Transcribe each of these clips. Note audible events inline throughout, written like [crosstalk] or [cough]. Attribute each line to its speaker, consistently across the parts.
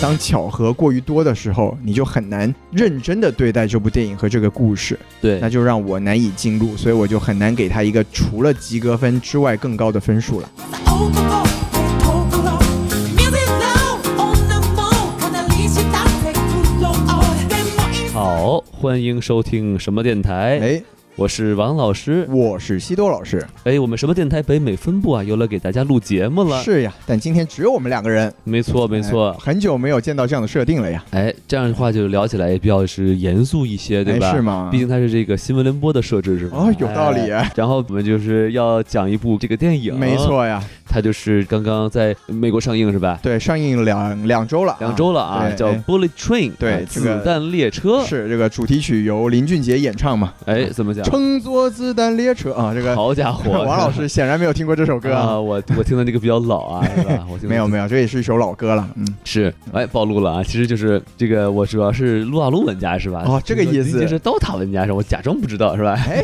Speaker 1: 当巧合过于多的时候，你就很难认真的对待这部电影和这个故事，
Speaker 2: 对
Speaker 1: 那就让我难以进入，所以我就很难给他一个除了及格分之外更高的分数了。
Speaker 2: 好，欢迎收听什么电台？
Speaker 1: 哎，
Speaker 2: 我是王老师。
Speaker 1: 我是西多老
Speaker 2: [laughs]
Speaker 1: 师，
Speaker 2: 哎，我们什么电台北美分部啊，又来给大家录节目了。
Speaker 1: 是呀，但今天只有我们两个人，
Speaker 2: 没错，啊没错
Speaker 1: 哎。很久没有见到这样的设定了呀，
Speaker 2: 哎，这样的话就聊起来也比较是严肃一些，对吧？
Speaker 1: 哎是吗
Speaker 2: 毕？竟它是这个新闻联播的设置，是吧？
Speaker 1: 哦，有道理，
Speaker 2: 哎然后我们就是要讲一部这个电影，
Speaker 1: 没，错呀，
Speaker 2: 它就是刚刚在美国上映，是吧？
Speaker 1: 对，上映两两周了啊，
Speaker 2: 两周了啊，
Speaker 1: 对
Speaker 2: 叫
Speaker 1: 哎
Speaker 2: 《Bullet Train》，
Speaker 1: 对
Speaker 2: 啊
Speaker 1: 这个
Speaker 2: 子弹列车。
Speaker 1: 啊是这个主题曲由林俊杰演唱
Speaker 2: [laughs]
Speaker 1: 嘛？
Speaker 2: 哎，怎么讲？
Speaker 1: 乘坐子弹列车啊，这个
Speaker 2: 好家伙，
Speaker 1: [laughs] 王老师显然没有听过这首歌啊。
Speaker 2: [laughs] 啊，我我听的这个比较老啊，是吧？我听的
Speaker 1: [laughs] 没有没有，这也是一首老歌了，嗯，
Speaker 2: 是，哎，暴露了啊！其实就是这个，我主要是撸啊撸玩家是吧？
Speaker 1: 哦这个意思
Speaker 2: 您就是 DOTA 玩家是吧？我假装不知
Speaker 1: [laughs]
Speaker 2: 道是吧？
Speaker 1: 哎，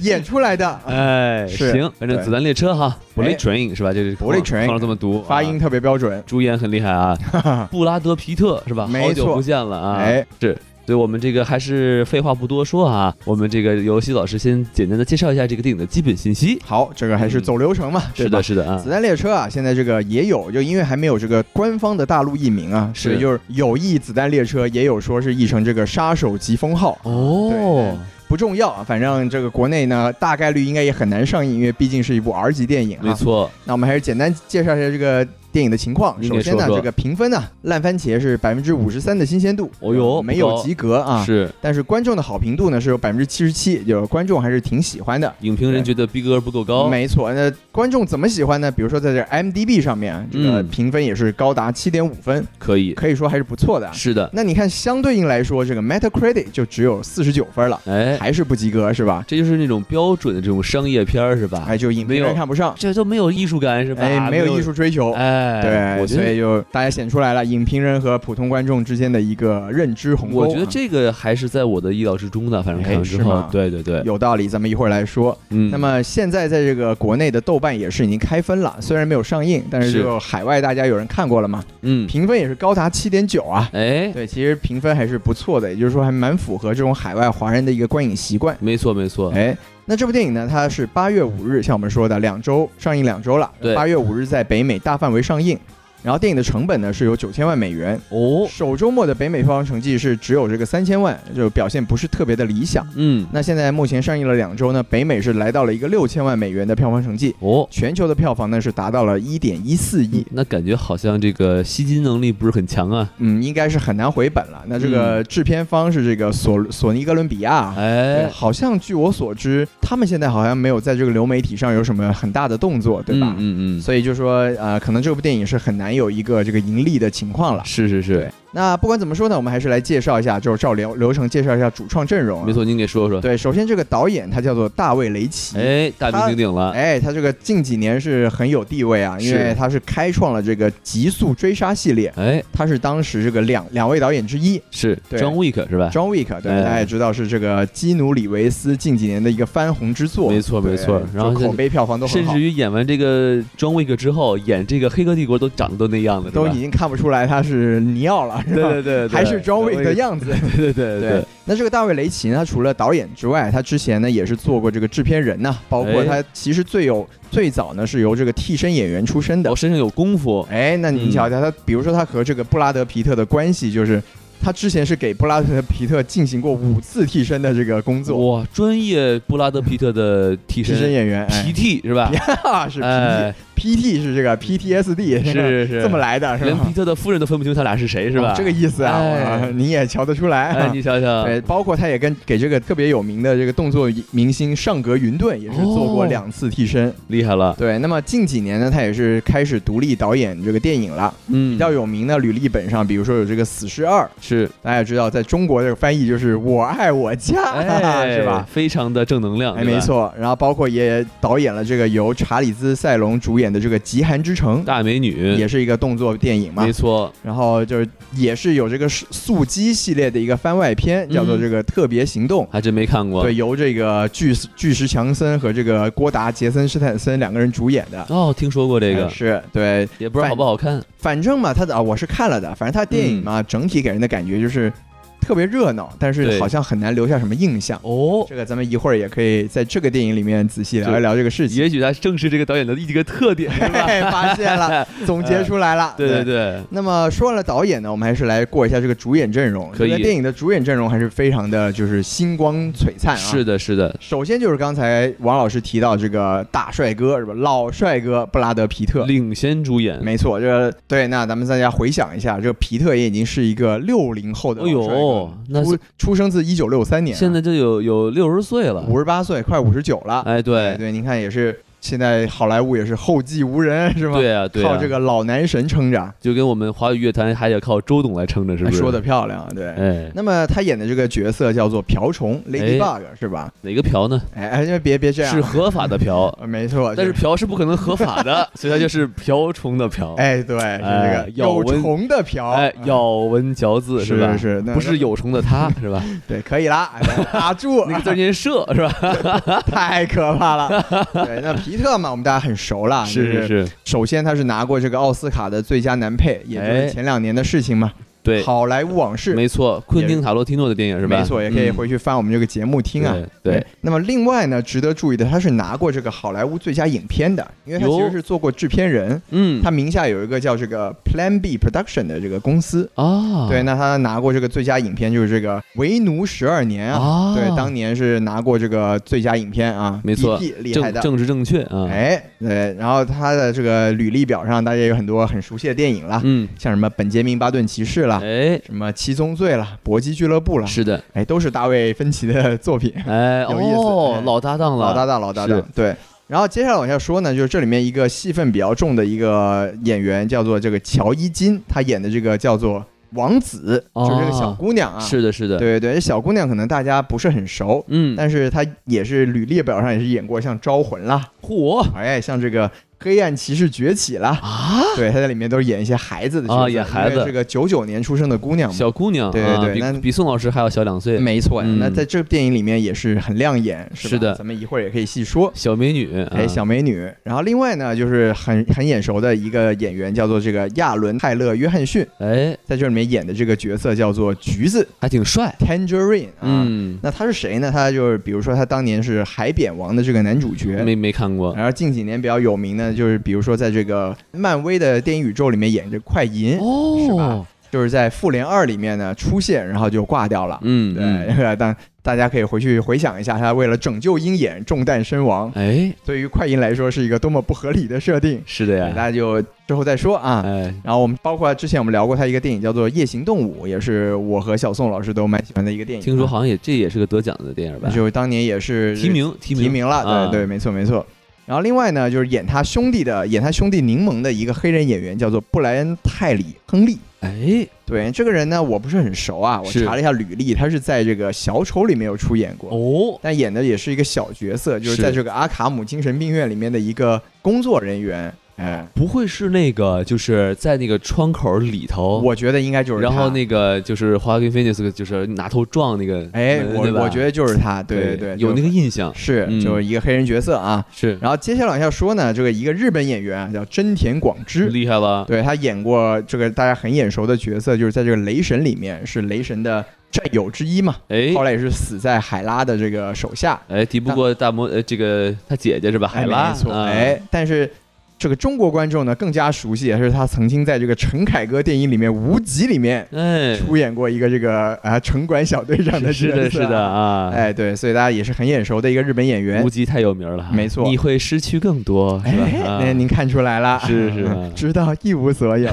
Speaker 1: 演出来的，
Speaker 2: 哎，
Speaker 1: 是
Speaker 2: 行，反正
Speaker 1: 对
Speaker 2: 子弹列车哈
Speaker 1: 哎
Speaker 2: ，Bullet Train 是吧？就是
Speaker 1: Bullet Train
Speaker 2: 放了这么读，
Speaker 1: 发音
Speaker 2: 啊。
Speaker 1: 特别标准，
Speaker 2: 主演很厉害啊，
Speaker 1: [laughs]
Speaker 2: 布拉德皮特是吧？
Speaker 1: 没
Speaker 2: 好久
Speaker 1: 错
Speaker 2: 不见了啊！
Speaker 1: 哎，
Speaker 2: 是，所以我们这个还是废话不多说啊，我们这个由西老师先简单的介绍一下这个电影的基本信息。
Speaker 1: 好，这个还是走流程嘛，对
Speaker 2: 嗯是
Speaker 1: 吧
Speaker 2: 的，。是的啊
Speaker 1: 子，弹列车啊，现在这个也有，就因为还没有这个官方的大陆译名啊，
Speaker 2: 是
Speaker 1: 所以就是有译子弹列车，也有说是译成这个杀手疾风号，对
Speaker 2: 哦，
Speaker 1: 不重要啊，反正这个国内呢，大概率应该也很难上映，因为毕竟是一部 R 级电影
Speaker 2: 没
Speaker 1: 啊。
Speaker 2: 错，
Speaker 1: 那我们还是简单介绍一下这个电影的情况。
Speaker 2: 您给
Speaker 1: 首先呢，
Speaker 2: 说说
Speaker 1: 这个评分呢、烂番茄是百分之五十三的新鲜度，
Speaker 2: 哦哟
Speaker 1: 没
Speaker 2: 不
Speaker 1: 有
Speaker 2: 高
Speaker 1: 及格啊。
Speaker 2: 是
Speaker 1: 但是观众的好评度呢是有百分之七十七，就是观众还是挺喜欢的。
Speaker 2: 影评人觉得逼格不够高，
Speaker 1: 没错，那观众怎么喜欢呢？比如说在这 m d b 上面，这个
Speaker 2: 嗯
Speaker 1: 评分也是高达七点五分，
Speaker 2: 可以，
Speaker 1: 可以说还是不错的啊。
Speaker 2: 是的，
Speaker 1: 那你看，相对应来说，这个 Metacritic 就只有四十九分了，
Speaker 2: 哎，
Speaker 1: 还是不及格是吧？
Speaker 2: 这就是那种标准的这种商业片儿，是吧？
Speaker 1: 哎，就影评
Speaker 2: 没
Speaker 1: 人
Speaker 2: 有
Speaker 1: 看不上，
Speaker 2: 这啊都没有艺术感，是吧？
Speaker 1: 哎，没有艺，术追求。
Speaker 2: 哎，
Speaker 1: 对，
Speaker 2: 我觉
Speaker 1: 所
Speaker 2: 得
Speaker 1: 以。就大家显出来了，影评人和普通观众之间的一个认知鸿沟啊。
Speaker 2: 我觉得这个还是在我的意料之中的，反正
Speaker 1: 哎
Speaker 2: 看完之
Speaker 1: 是
Speaker 2: 后
Speaker 1: 吗，
Speaker 2: 对对对，
Speaker 1: 有道理，咱们一会儿来说。
Speaker 2: 嗯，
Speaker 1: 那么现在在这个国内的豆瓣也是已经开分了，虽然没有上映，但是
Speaker 2: 是
Speaker 1: 就海外大家有人看过了嘛，
Speaker 2: 嗯，
Speaker 1: 评分也是高达七点九啊。
Speaker 2: 哎，
Speaker 1: 对，其实评分还是不错的，也就是说还蛮符合这种海外华人的一个观影习惯。
Speaker 2: 没错没错，
Speaker 1: 哎，那这部电影呢，它是八月五日，像我们说的两周上映两周了，
Speaker 2: 对
Speaker 1: 八月五日在北美大范围上映。然后电影的成本呢是有九千万美元，
Speaker 2: 哦，
Speaker 1: 首周末的北美票房成绩是只有这个三千万，就表现不是特别的理想。
Speaker 2: 嗯，
Speaker 1: 那现在目前上映了两周呢，北美是来到了一个六千万美元的票房成绩，
Speaker 2: 哦，
Speaker 1: 全球的票房呢是达到了一点一四亿，
Speaker 2: 那感觉好像这个吸金能力不是很强啊，
Speaker 1: 嗯，应该是很难回本了。那这
Speaker 2: 嗯
Speaker 1: 个制片方是这个索索尼哥伦比亚。对
Speaker 2: 哎，
Speaker 1: 好像据我所知，他们现在好像没有在这个流媒体上有什么很大的动作，对吧？
Speaker 2: 嗯嗯
Speaker 1: 所以就说，呃，可能这部电影是很难有一个这个盈利的情况
Speaker 2: 嗯，
Speaker 1: 了。
Speaker 2: 是是是，
Speaker 1: 那不管怎么说呢，我们还是来介绍一下，就是照流流程介绍一下主创阵容、啊
Speaker 2: 没，错，您给说说，
Speaker 1: 对，首先这个导演他叫做大卫雷奇，
Speaker 2: 哎，大名鼎鼎了，
Speaker 1: 哎，他这个近几年是很有地位啊，因为
Speaker 2: 是
Speaker 1: 他是开创了这个《极速追杀》系列，
Speaker 2: 哎，
Speaker 1: 他是当时这个两两位导演之一
Speaker 2: 是
Speaker 1: 对
Speaker 2: John Wick 是吧？
Speaker 1: ，John Wick，对，
Speaker 2: 哎
Speaker 1: 大家也知道是这个基努里维斯近几年的一个翻红之作，
Speaker 2: 没错
Speaker 1: 对
Speaker 2: 没错然后
Speaker 1: 就口碑票房都很
Speaker 2: 甚
Speaker 1: 好
Speaker 2: 至。于演完这个 John Wick 之后，演这个《黑客帝国》都长得都那样了，是吧
Speaker 1: 都已经看不出来他是尼奥了，是
Speaker 2: 对
Speaker 1: 吧
Speaker 2: 对对，对
Speaker 1: 还是 John Wick 的，样子。
Speaker 2: 对对对
Speaker 1: 对，那这个大卫雷奇呢，他除了导演之外，他之前呢也是做过这个制片人呐、包括
Speaker 2: 哎
Speaker 1: 他其实最有最早呢是由这个替身演员出身的
Speaker 2: 我。身上有功夫，
Speaker 1: 哎，那你
Speaker 2: 嗯
Speaker 1: 瞧瞧他，比如说他和这个布拉德皮特的关系，就是他之前是给布拉德皮特进行过五次替身的这个工作，
Speaker 2: 哇，专业布拉德皮特的替
Speaker 1: 替身
Speaker 2: 身
Speaker 1: 演员，哎，
Speaker 2: PT 是吧？ [laughs]
Speaker 1: 哈是 PT，PT、
Speaker 2: 哎，
Speaker 1: PT 是这个 PTSD，
Speaker 2: 是是是，
Speaker 1: 这么，来的，是
Speaker 2: 连
Speaker 1: 吧
Speaker 2: 皮？特的夫人都分不清他俩是谁是吧？
Speaker 1: 哦这个意思啊，
Speaker 2: 哎
Speaker 1: 哇你也瞧得出来、
Speaker 2: 哎，
Speaker 1: 啊。
Speaker 2: 你想想，
Speaker 1: 对，包括他也跟给这个特别有名的这个动作明星上格云顿也是做过
Speaker 2: 哦
Speaker 1: 两次替身。
Speaker 2: 厉害了，
Speaker 1: 对，那么近几年呢，他也是开始独立导演这个电影了。
Speaker 2: 嗯
Speaker 1: 比较有名的履历本上，比如说有这个《死侍二》，
Speaker 2: 是，
Speaker 1: 大家也知道，在中国这个翻译就是“ [laughs] 我爱我家”， [laughs] 是吧？
Speaker 2: 哎非常的正能量，
Speaker 1: 哎，
Speaker 2: 对吧
Speaker 1: 没。错。然后包括也导演了这个由查理兹·塞隆主演的这个《极寒之城》，
Speaker 2: 大美女，
Speaker 1: 也是一个动作电影嘛
Speaker 2: 没。错，
Speaker 1: 然后就是也是有这个速速激系列的一个番外篇，叫做
Speaker 2: 嗯
Speaker 1: 这个《特别行动》。
Speaker 2: 还真没看过。
Speaker 1: 对，由这个巨石巨石强森和这个郭达·杰森·斯坦森两个人主演的。
Speaker 2: 哦，听说过这
Speaker 1: 哎
Speaker 2: 个，
Speaker 1: 是对，
Speaker 2: 也不知道好不好看。
Speaker 1: 反正嘛，他的啊，我是看了的，反正他电影嘛，整体给人的感觉就是特别热闹，但是
Speaker 2: 嗯对
Speaker 1: 好像很难留下什么印象。
Speaker 2: 哦，
Speaker 1: 这个咱们一会儿也可以在这个电影里面仔细聊一聊这个事情。
Speaker 2: 也许它正是这个导演的一个
Speaker 1: [laughs]
Speaker 2: 特点，是吧？
Speaker 1: 嘿发现
Speaker 2: [laughs]
Speaker 1: 了，总结出来了。
Speaker 2: 对对对，
Speaker 1: 那么说完了导演呢，我们还是来过一下这个主演阵容。
Speaker 2: 可以
Speaker 1: 这个电影的主演阵容还是非常的就是星光璀璨啊。
Speaker 2: 是的，是的，
Speaker 1: 首先就是刚才王老师提到这个大帅哥是吧？老帅哥布拉德皮特，
Speaker 2: 领先主演。
Speaker 1: 没错，这个对。那咱们大家回想一下，这个皮特也已经是一个六零后的
Speaker 2: 哎
Speaker 1: 老帅
Speaker 2: 呦
Speaker 1: 哥，，
Speaker 2: 那
Speaker 1: 出出生自一九六三年啊，
Speaker 2: 现在就有有六十岁了。
Speaker 1: 五十八岁，快五十九了。
Speaker 2: 哎，
Speaker 1: 哎
Speaker 2: 对，
Speaker 1: 对，您看也是，现在好莱坞也是后继无人哎是吗？
Speaker 2: 对啊，对啊，
Speaker 1: 靠这个老男神撑着，
Speaker 2: 就跟我们华语乐坛还得靠周董来撑着，是不
Speaker 1: 哎
Speaker 2: 是？
Speaker 1: 说的，漂亮啊，对。
Speaker 2: 哎，
Speaker 1: 那么他演的这个角色叫做瓢虫 Ladybug、是吧？
Speaker 2: 哪个嫖呢？
Speaker 1: 哎哎，别别别这样，
Speaker 2: 是合法的嫖，
Speaker 1: 呃没错，
Speaker 2: 但是
Speaker 1: 就是
Speaker 2: 嫖是不可能合
Speaker 1: [laughs]
Speaker 2: 法的，所以它就是瓢虫的瓢。
Speaker 1: 哎对，是这
Speaker 2: 哎
Speaker 1: 个
Speaker 2: 咬
Speaker 1: 有
Speaker 2: 文
Speaker 1: 虫的瓢，
Speaker 2: 哎，咬文嚼字
Speaker 1: 是
Speaker 2: 吧？
Speaker 1: 是是那
Speaker 2: 不是有虫的它
Speaker 1: [laughs]
Speaker 2: 是吧？
Speaker 1: 对，可以啦，哎打
Speaker 2: [laughs]
Speaker 1: 住， [laughs]
Speaker 2: 那个字念社是吧？ [laughs]
Speaker 1: 太可怕了。对，那皮特嘛，我们大家很熟了，就是
Speaker 2: 是是，
Speaker 1: 首先他是拿过这个奥斯卡的最佳男配，也就是前两年的事情嘛，
Speaker 2: 哎对，
Speaker 1: 好莱坞往事》
Speaker 2: 没错，昆汀塔洛提诺的电影是吧？
Speaker 1: 没错，也可以
Speaker 2: 嗯
Speaker 1: 回去翻我们这个节目听啊。
Speaker 2: 对对，
Speaker 1: 那么另外呢，值得注意的，他是拿过这个好莱坞最佳影片的，因为他其
Speaker 2: 哟
Speaker 1: 实是做过制片人，
Speaker 2: 嗯
Speaker 1: 他名下有一个叫这个 Plan B Production 的这个公司。
Speaker 2: 啊，
Speaker 1: 对，那他拿过这个最佳影片就是这个《为奴十二年》啊，
Speaker 2: 啊，
Speaker 1: 对，当年是拿过这个最佳影片啊，
Speaker 2: 没错
Speaker 1: DP 厉害
Speaker 2: 正
Speaker 1: 的。
Speaker 2: 政治正确啊，
Speaker 1: 哎，对，然后他的这个履历表上，大家有很多很熟悉的电影啦，
Speaker 2: 嗯，
Speaker 1: 像什么《本杰明·巴顿骑士》啦，
Speaker 2: 哎，
Speaker 1: 什么《七宗罪》啦，《搏击俱乐部》啦，
Speaker 2: 是的，
Speaker 1: 哎，都是大卫·芬奇的作品，
Speaker 2: 哎，
Speaker 1: [laughs] 有意思
Speaker 2: 哦
Speaker 1: 哎，
Speaker 2: 老搭档了，
Speaker 1: 老搭档，老搭
Speaker 2: 是
Speaker 1: 档，对。然后接下来往下说呢，就是这里面一个戏份比较重的一个演员，叫做这个乔伊金，他演的这个叫做王子，就是这个小
Speaker 2: 哦
Speaker 1: 姑娘啊。
Speaker 2: 是的，是的，
Speaker 1: 对，对对，这小姑娘可能大家不是很熟，
Speaker 2: 嗯，
Speaker 1: 但是她也是履历表上也是演过像《招魂》啦，
Speaker 2: 嚯
Speaker 1: 哎，像这个《黑暗骑士崛起》啦，
Speaker 2: 啊， [laughs]
Speaker 1: 对，她在里面都是演一些孩子的角色，
Speaker 2: 啊演孩子
Speaker 1: 因为是个九九年出生的姑娘嘛。
Speaker 2: 小姑娘，
Speaker 1: 嗯对对
Speaker 2: 啊
Speaker 1: 对
Speaker 2: 比
Speaker 1: 那
Speaker 2: 比宋老师还要小两岁，
Speaker 1: 没错呀，
Speaker 2: 嗯
Speaker 1: 那在这部电影里面也是很亮眼，是吧
Speaker 2: 是的
Speaker 1: 咱们一会儿也可以细说。
Speaker 2: 小美女，啊
Speaker 1: 哎，小美女。然后另外呢，就是很很眼熟的一个演员，叫做这个亚伦·泰勒·约翰逊，
Speaker 2: 哎，
Speaker 1: 在这里面演的这个角色叫做橘子
Speaker 2: 还挺帅，
Speaker 1: （Tangerine） 啊。
Speaker 2: 嗯，
Speaker 1: 那他是谁呢？他就是比如说他当年是《海扁王》的这个男主角。
Speaker 2: 没没看过，
Speaker 1: 然后近几年比较有名的，就是比如说在这个漫威的电影宇宙里面演这快银，是吧
Speaker 2: 哦，
Speaker 1: 就是在《复联二》里面呢出现，然后就挂掉了。
Speaker 2: 嗯，嗯，
Speaker 1: 对， [laughs] 但大家可以回去回想一下，他为了拯救鹰眼中弹身亡，
Speaker 2: 哎，
Speaker 1: 对于快银来说是一个多么不合理的设定。
Speaker 2: 是的
Speaker 1: 对大
Speaker 2: 呀，
Speaker 1: 家就之后再说啊。
Speaker 2: 哎，
Speaker 1: 然后我们包括之前我们聊过他一个电影叫做《夜行动物》，也是我和小宋老师都蛮喜欢的一个电影。啊
Speaker 2: 听说好像也这也是个得奖的电影吧？
Speaker 1: 就是当年也是
Speaker 2: 提名提名
Speaker 1: 提名了，
Speaker 2: 啊
Speaker 1: 对对，没错没错。然后另外呢，就是演他兄弟的演他兄弟柠檬的一个黑人演员叫做布莱恩泰里亨利。
Speaker 2: 哎，
Speaker 1: 对这个人呢，我不是很熟啊，我
Speaker 2: 是
Speaker 1: 查了一下履历，他是在这个《小丑》里面有出演过。
Speaker 2: 哦，
Speaker 1: 但演的也是一个小角色，就是
Speaker 2: 是
Speaker 1: 在这个阿卡姆精神病院里面的一个工作人员。哎，
Speaker 2: 不会是那个就是在那个窗口里头，
Speaker 1: 我觉得应该就是
Speaker 2: 哦然
Speaker 1: 他
Speaker 2: 后那个就是华根菲尼斯就是拿头撞那个，
Speaker 1: 哎，我我觉
Speaker 2: 得
Speaker 1: 得就是他，对
Speaker 2: 对
Speaker 1: 对，
Speaker 2: 有那
Speaker 1: 个
Speaker 2: 个印象
Speaker 1: 是
Speaker 2: 嗯
Speaker 1: 就是一个黑人角色啊。
Speaker 2: 是
Speaker 1: 然后接下来往下说呢，这个一个日本演员啊，叫真田广之，
Speaker 2: 厉害了，
Speaker 1: 对他演过这个大家很眼熟的角色，就是在这个雷神里面是雷神的战友之一嘛，
Speaker 2: 哎
Speaker 1: 后来也是死在海拉的这个手下，
Speaker 2: 哎，敌不过大魔呃这个他姐姐是吧？海
Speaker 1: 哎
Speaker 2: 拉
Speaker 1: 没错，
Speaker 2: 啊
Speaker 1: 哎，但是。这个中国观众呢更加熟悉，也是他曾经在这个陈凯歌电影里面《无极》里面
Speaker 2: 哎，
Speaker 1: 出演过一个这个啊城管小队长的角色，
Speaker 2: 是的是的，啊，
Speaker 1: 哎对，所以大家也是很眼熟的一个日本演员
Speaker 2: 无。极太有名了，
Speaker 1: 没错
Speaker 2: 你会失去更多，
Speaker 1: 哎
Speaker 2: 是吧？，啊
Speaker 1: 那您看出来了，
Speaker 2: 是是
Speaker 1: [laughs]
Speaker 2: 啊
Speaker 1: 知道一无所
Speaker 2: [laughs]
Speaker 1: 有，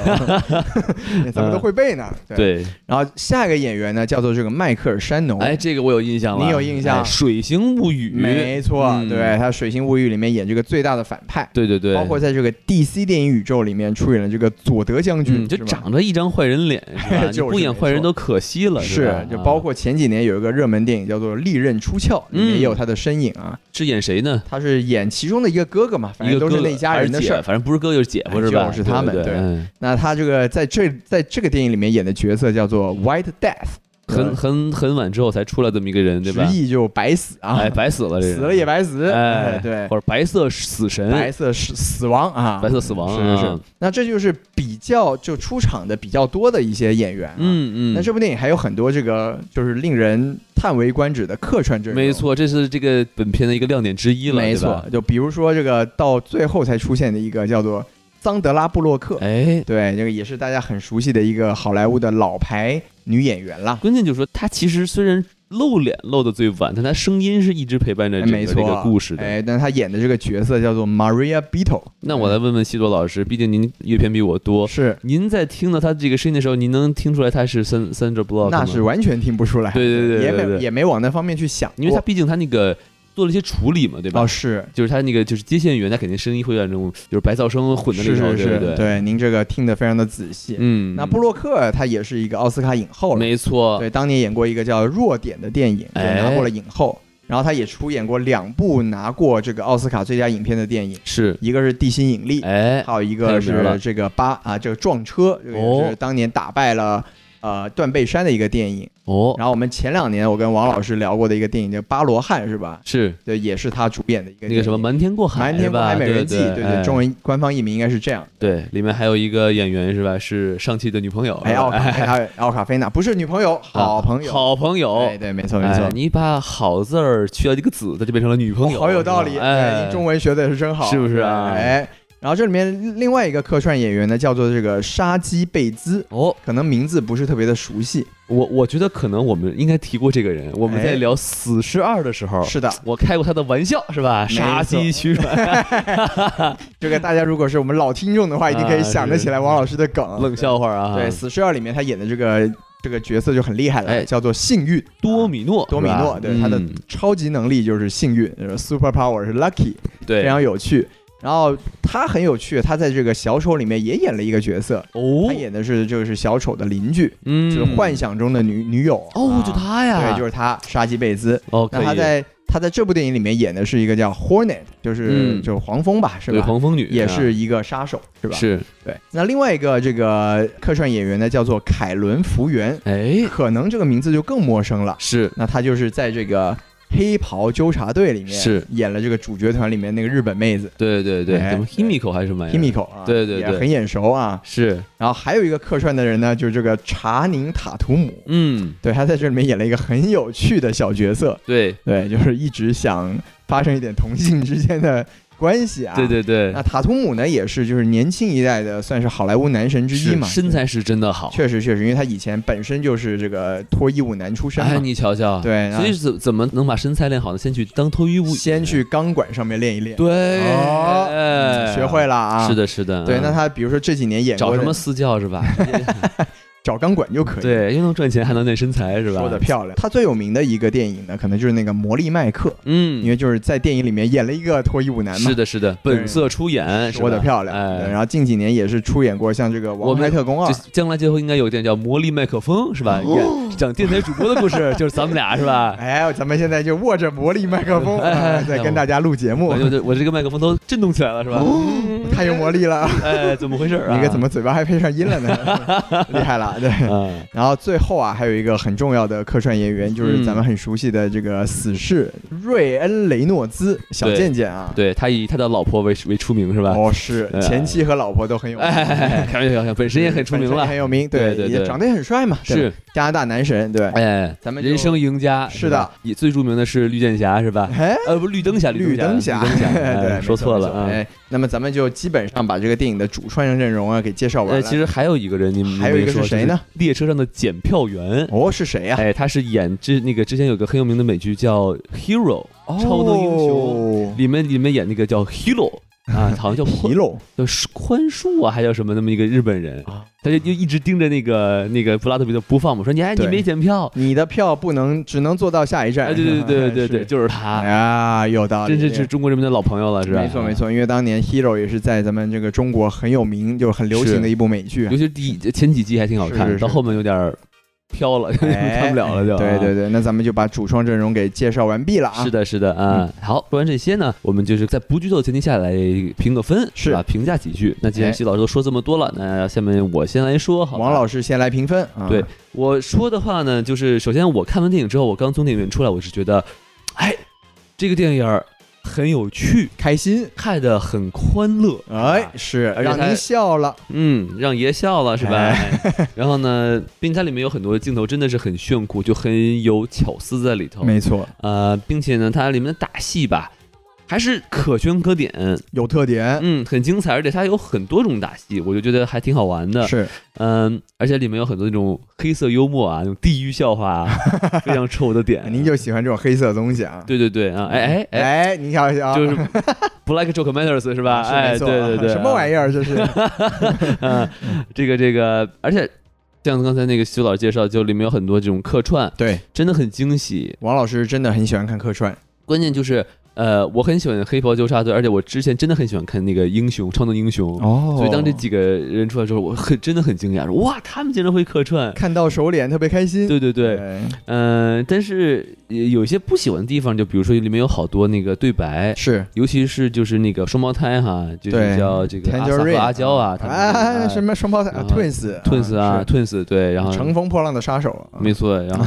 Speaker 1: 咱们都会背呢。，
Speaker 2: 嗯对，
Speaker 1: 然后下一个演员呢叫做这个迈克尔·山农，
Speaker 2: 哎，这个我有印象了，
Speaker 1: 你有印象
Speaker 2: 哎水形物语》
Speaker 1: 没错，
Speaker 2: 嗯
Speaker 1: 对他《水星物语》里面演这个最大的反派，
Speaker 2: 对对对，
Speaker 1: 包括在这个 DC 电影宇宙里面出演了这个佐德 [laughs] 将军，
Speaker 2: 嗯，就是
Speaker 1: 吧？
Speaker 2: 长着一张坏人脸，是
Speaker 1: [laughs]
Speaker 2: 吧
Speaker 1: 就是
Speaker 2: 你不演坏人都可惜了，
Speaker 1: 是
Speaker 2: 吧？，
Speaker 1: 就包
Speaker 2: 啊
Speaker 1: 括前几年有一个热门电影叫做《利刃出鞘》，里面也有他的身影啊。
Speaker 2: 是演谁呢？
Speaker 1: 他是演其中的一个哥哥嘛，反
Speaker 2: 一
Speaker 1: 正
Speaker 2: 个
Speaker 1: 都
Speaker 2: 哥
Speaker 1: 是
Speaker 2: 哥
Speaker 1: 那一家
Speaker 2: 还是
Speaker 1: 人的
Speaker 2: 姐
Speaker 1: 事儿。
Speaker 2: 反正不是哥就是姐夫
Speaker 1: 哎
Speaker 2: 是吧？
Speaker 1: 就是他们
Speaker 2: 对，
Speaker 1: 对
Speaker 2: 嗯
Speaker 1: 那他这个在这在这个电影里面演的角色叫做 White Death，
Speaker 2: 很很很晚之后才出来这么一个人，对吧
Speaker 1: 直？译就白死啊，
Speaker 2: 哎，白死了这人，
Speaker 1: 死了也白死，
Speaker 2: 哎，
Speaker 1: 对，
Speaker 2: 或者白色死神，
Speaker 1: 白色死死亡啊，
Speaker 2: 白色死亡，
Speaker 1: 是是是
Speaker 2: 啊，
Speaker 1: 那这就是比较就出场的比较多的一些演员、啊，。
Speaker 2: 嗯嗯，
Speaker 1: 那这部电影还有很多这个就是令人叹为观止的客串阵容，
Speaker 2: 没错，这是这个本片的一个亮点之一了，
Speaker 1: 没
Speaker 2: 对
Speaker 1: 错
Speaker 2: 吧，。
Speaker 1: 就比如说这个到最后才出现的一个叫做桑德拉布洛克，
Speaker 2: 哎，
Speaker 1: 对，这个也是大家很熟悉的一个好莱坞的老牌女演员啦。
Speaker 2: 关键就是说，他其实虽然露脸露的最晚，但他声音是一直陪伴着整
Speaker 1: 哎没
Speaker 2: 个
Speaker 1: 错，
Speaker 2: 这个故事的。
Speaker 1: 哎，但她演的这个角色叫做 Maria Beto，
Speaker 2: 那
Speaker 1: 嗯
Speaker 2: 我来问问西多老师，毕竟您阅片比我多，
Speaker 1: 是，
Speaker 2: 您在听到他这个声音的时候，您能听出来他是三三 a Block 吗
Speaker 1: 那是，完全听不出来，
Speaker 2: 对哦对对对对
Speaker 1: 也
Speaker 2: 对
Speaker 1: 没也没往那方面去想过，
Speaker 2: 因为他毕竟他那个做了一些处理嘛，对吧？
Speaker 1: 哦是。
Speaker 2: 就是他那个就是接线员，他肯定声音会有点那种就是白噪声混的那
Speaker 1: 是
Speaker 2: 种，
Speaker 1: 是是，
Speaker 2: 对不对？
Speaker 1: 您这个听得非常的仔细。
Speaker 2: 嗯，
Speaker 1: 那布洛克她也是一个奥斯卡影后了，
Speaker 2: 没错，
Speaker 1: 对，当年演过一个叫《弱点》的电影，也
Speaker 2: 哦哎
Speaker 1: 拿过了影后。然后她也出演过两部拿过这个奥斯卡最佳影片的电影，
Speaker 2: 是，
Speaker 1: 一个是《地心引力》，
Speaker 2: 哎，
Speaker 1: 还有一
Speaker 2: 太
Speaker 1: 个
Speaker 2: 有名了
Speaker 1: 是这个八啊，这个撞车，这个也
Speaker 2: 哦
Speaker 1: 是当年打败了。呃，断背山的一个电影，
Speaker 2: 哦，
Speaker 1: 然后我们前两年我跟王老师聊过的一个电影叫《巴罗汉》，是吧？
Speaker 2: 是
Speaker 1: 对，也是他主演的一个
Speaker 2: 那个什么
Speaker 1: 《
Speaker 2: 瞒天过海，
Speaker 1: 瞒天过海
Speaker 2: 是吧
Speaker 1: 美人计》，对
Speaker 2: 对哎
Speaker 1: 对，中文官方译名应该是这样。
Speaker 2: 对，里面还有一个演员是吧？是上汽的女朋友，
Speaker 1: 哎，
Speaker 2: 是吧
Speaker 1: 奥卡菲娜，
Speaker 2: [laughs]
Speaker 1: 奥卡菲娜不是女朋友，好朋友，
Speaker 2: 啊好朋友，
Speaker 1: 对对，没错没
Speaker 2: 哎
Speaker 1: 错，
Speaker 2: 你把“好”字儿去掉一个“子”，它就变成了女朋
Speaker 1: 哦
Speaker 2: 友，
Speaker 1: 好有道理，
Speaker 2: 是吧哎，
Speaker 1: 你中文学的也是真好，
Speaker 2: 是不是啊
Speaker 1: 哎，然后这里面另外一个客串演员呢，叫做这个沙基贝兹，
Speaker 2: 哦，
Speaker 1: 可能名字不是特别的熟悉，
Speaker 2: 我我觉得可能我们应该提过这个人，我们在聊《死侍二》的时候，
Speaker 1: 哎是的，
Speaker 2: 我开过他的玩笑，是吧？
Speaker 1: 错
Speaker 2: 杀鸡取卵，
Speaker 1: 这个大家如果是我们老听众的话，
Speaker 2: 啊
Speaker 1: 一定可以想得起来王老师的梗。
Speaker 2: 冷笑话啊！
Speaker 1: 对，《死侍二》里面他演的这个这个角色就很厉害了，
Speaker 2: 哎啊
Speaker 1: 叫做幸运
Speaker 2: 多米诺，
Speaker 1: 多米
Speaker 2: 是
Speaker 1: 诺，
Speaker 2: 吧
Speaker 1: 对他的
Speaker 2: 嗯
Speaker 1: 超级能力就是幸运，super power 是 lucky，
Speaker 2: 对，
Speaker 1: 非常有趣。然后他很有趣，他在这个小丑里面也演了一个角色，
Speaker 2: 哦
Speaker 1: 他，演的是就是小丑的邻居，
Speaker 2: 嗯，
Speaker 1: 就是幻想中的女女友。
Speaker 2: 哦
Speaker 1: 啊，
Speaker 2: 就他呀，
Speaker 1: 对，就是他，沙基贝兹。
Speaker 2: 哦，可
Speaker 1: 那
Speaker 2: 以
Speaker 1: 他在他在这部电影里面演的是一个叫 Hornet，就是
Speaker 2: 嗯
Speaker 1: 就是黄蜂吧，是
Speaker 2: 对
Speaker 1: 吧？
Speaker 2: 黄蜂女
Speaker 1: 也
Speaker 2: 啊
Speaker 1: 是一个杀手，是吧？
Speaker 2: 是，
Speaker 1: 对，那另外一个这个客串演员呢，叫做凯伦·福原，
Speaker 2: 哎，
Speaker 1: 可能这个名字就更陌生了。
Speaker 2: 是
Speaker 1: 那他就是在这个黑袍纠察队里面
Speaker 2: 是
Speaker 1: 演了这个主角团里面那个日本妹子
Speaker 2: 对对对，
Speaker 1: 哎
Speaker 2: 怎么 Himiko 还是什么玩意儿
Speaker 1: Himiko 啊，
Speaker 2: 对对对
Speaker 1: 也很眼熟啊。
Speaker 2: 是，
Speaker 1: 然后还有一个客串的人呢，就是这个查宁塔图姆，
Speaker 2: 嗯，
Speaker 1: 对他在这里面演了一个很有趣的小角色，
Speaker 2: 对
Speaker 1: 对，就是一直想发生一点同性之间的关系啊。
Speaker 2: 对。对对
Speaker 1: 那，塔图姆呢，也是就是年轻一代的，算是好莱坞男神之一
Speaker 2: 是
Speaker 1: 嘛，
Speaker 2: 身材是真的好，
Speaker 1: 确实确实，因为他以前本身就是这个脱衣舞男出身
Speaker 2: 哎，
Speaker 1: 嘛，
Speaker 2: 你瞧瞧，
Speaker 1: 对
Speaker 2: 所以怎怎么能把身材练好呢？先去当脱衣舞，
Speaker 1: 先去钢管上面练一练，
Speaker 2: 对，
Speaker 1: 哦
Speaker 2: 哎
Speaker 1: 学会了啊。
Speaker 2: 是。的，是的，
Speaker 1: 对，
Speaker 2: 嗯
Speaker 1: 那他比如说这几年演过
Speaker 2: 找
Speaker 1: 的
Speaker 2: 什么私
Speaker 1: [laughs]
Speaker 2: 教是吧？
Speaker 1: 找钢管就可以，，
Speaker 2: 对，又能赚钱还能练身材是吧？
Speaker 1: 说的漂亮。他最有名的一个电影呢，可能就是那个《魔力麦克》，因
Speaker 2: 嗯，
Speaker 1: 为就是在电影里面演了一个脱衣舞男嘛
Speaker 2: 是，的，是的，本色出演，是吧
Speaker 1: 说的漂亮。对
Speaker 2: 哎。
Speaker 1: 然后近几年也是出演过像这个《
Speaker 2: 我
Speaker 1: 王
Speaker 2: 们
Speaker 1: 牌特工二
Speaker 2: 就》，将来最后应该有点叫魔力麦克风是吧？
Speaker 1: 哦
Speaker 2: 演讲电台主播的故事，就是咱们俩
Speaker 1: [laughs]
Speaker 2: 是吧？
Speaker 1: 哎，咱们现在就握着魔力麦克风，
Speaker 2: [laughs] 哎哎
Speaker 1: 啊
Speaker 2: 哎
Speaker 1: 在跟大家录节目
Speaker 2: 我，就我这个麦克风都震动起来了是吧？嗯
Speaker 1: [laughs] 太有魔力了。
Speaker 2: 哎，怎么回事啊？
Speaker 1: 哦你个怎么嘴巴还配上音了呢？
Speaker 2: [laughs]
Speaker 1: 厉害了，对。
Speaker 2: 啊？
Speaker 1: 然后最后啊，还有一个很重要的客串演员，就是咱们
Speaker 2: 嗯
Speaker 1: 很熟悉的这个死侍瑞恩·雷诺兹小
Speaker 2: 对
Speaker 1: 贱贱啊。
Speaker 2: 对他以他的老婆为为出名是吧？
Speaker 1: 哦，是
Speaker 2: 哎
Speaker 1: 前妻和老婆都很有名，
Speaker 2: 哎，开玩笑，开玩笑本身也很出名
Speaker 1: 本身也
Speaker 2: 了
Speaker 1: 很，有名，
Speaker 2: 对对对
Speaker 1: 也长得也很帅嘛，对吧
Speaker 2: 是
Speaker 1: 加拿大男神，对。
Speaker 2: 哎，
Speaker 1: 咱们就 [laughs]
Speaker 2: 人生赢家
Speaker 1: 是
Speaker 2: 是吧，也最著名的是绿箭侠是吧？
Speaker 1: 哎，
Speaker 2: 呃，不，绿灯侠，
Speaker 1: 绿
Speaker 2: 灯
Speaker 1: 灯
Speaker 2: 侠，
Speaker 1: 侠，
Speaker 2: 绿
Speaker 1: [laughs]
Speaker 2: 哎
Speaker 1: 对，没
Speaker 2: 说错了
Speaker 1: 没
Speaker 2: 啊。
Speaker 1: 哎，那么咱们就基本上把这个电影的主创阵容啊给介绍完
Speaker 2: 呃，
Speaker 1: 了。
Speaker 2: 其实还有一个人，你们
Speaker 1: 还有一个是谁呢？
Speaker 2: 就是列车上的检票员。
Speaker 1: 哦，是谁呀？
Speaker 2: 哎，他是演之那个之前有个很有名的美剧叫《Hero》，超能英雄哎
Speaker 1: 哦，
Speaker 2: 里面里面演那个叫 Hero，
Speaker 1: [laughs]
Speaker 2: 啊，好像叫
Speaker 1: 皮
Speaker 2: 宽，
Speaker 1: 龙，
Speaker 2: 叫宽恕啊，还叫什么那么一个日本人
Speaker 1: 啊，
Speaker 2: 他就就一直盯着那个那个布拉德皮特不放嘛，说你哎你
Speaker 1: 对
Speaker 2: 没检票，
Speaker 1: 你的票不能只能坐到下一站。
Speaker 2: 哎对
Speaker 1: [laughs]
Speaker 2: 对对对对，
Speaker 1: 是，
Speaker 2: 就是他，
Speaker 1: 啊，有道理，
Speaker 2: 真是是中国人民的老朋友了，是吧？
Speaker 1: 没错没，错，因为当年《Hero》也是在咱们这个中国很有名，就是很流行的一部美剧啊
Speaker 2: 尤。其是第一前几集还挺好
Speaker 1: 是
Speaker 2: 看，
Speaker 1: 是
Speaker 2: 到
Speaker 1: 是
Speaker 2: 后面有点儿飘了， [laughs] 看不了了就。
Speaker 1: 对
Speaker 2: 啊
Speaker 1: 对对，那咱们就把主创阵容给介绍完毕了啊。
Speaker 2: 是的，是的啊、好，说完这些呢，我们就是在不剧透的前提下来评个分，
Speaker 1: 是
Speaker 2: 吧？评价几句。那既然
Speaker 1: 哎
Speaker 2: 徐老师都说这么多了，那下面我先来说，好吧。
Speaker 1: 王老师先来评分啊。
Speaker 2: 对我说的话呢，就是首先我看完电影之后，我刚从电影院出来，我是觉得，哎，这个电影儿很有趣，
Speaker 1: 开心，
Speaker 2: 看的很欢乐，
Speaker 1: 哎，是
Speaker 2: 而且
Speaker 1: 让
Speaker 2: 他
Speaker 1: 您笑了，
Speaker 2: 嗯，让爷笑了是吧？
Speaker 1: 哎
Speaker 2: [laughs] 然后呢，并且它里面有很多镜头真的是很炫酷，就很有巧思在里头。
Speaker 1: 没错，
Speaker 2: 呃，并且呢，它里面的打戏吧，还是可圈可点，
Speaker 1: 有特点，
Speaker 2: 嗯，很精彩，而且它有很多种打戏，我就觉得还挺好玩的。
Speaker 1: 是
Speaker 2: 嗯，而且里面有很多那种黑色幽默啊，那种地狱笑话、
Speaker 1: [laughs]
Speaker 2: 啊，非常戳我的点。
Speaker 1: 您就喜欢这种黑色东西啊？
Speaker 2: 对对对啊，哎哎
Speaker 1: 哎，你瞧瞧，啊
Speaker 2: 哎，就是 Black Joke Matters 是吧？哎，
Speaker 1: 没错
Speaker 2: 对对对，
Speaker 1: 什么玩
Speaker 2: 意
Speaker 1: 意儿这
Speaker 2: [laughs]
Speaker 1: 是？
Speaker 2: 儿？这个这个，而且像刚才那个徐老师介绍，就里面有很多这种客串，
Speaker 1: 对，
Speaker 2: 真的很惊喜。
Speaker 1: 王老师真的很喜欢看客串，
Speaker 2: 关键就是，呃，我很喜欢黑袍纠察队，而且我之前真的很喜欢看那个英雄超能英雄。
Speaker 1: 哦
Speaker 2: 所以当这几个人出来之后，我很真的很惊讶，说哇，他们竟然会客串。
Speaker 1: 看到熟脸特别开心，
Speaker 2: 对对对，嗯、但是也有一些不喜欢的地方，就比如说里面有好多那个对白，
Speaker 1: 是。
Speaker 2: 尤其是就是那个双胞胎哈，就是
Speaker 1: 对
Speaker 2: 叫这个阿萨
Speaker 1: Tangerine
Speaker 2: 和阿娇啊，他们
Speaker 1: 啊，什么双胞胎
Speaker 2: 然后
Speaker 1: twins
Speaker 2: 嗯 twins 啊，twins 对，然后
Speaker 1: 乘风破浪的杀手啊，
Speaker 2: 没错，然后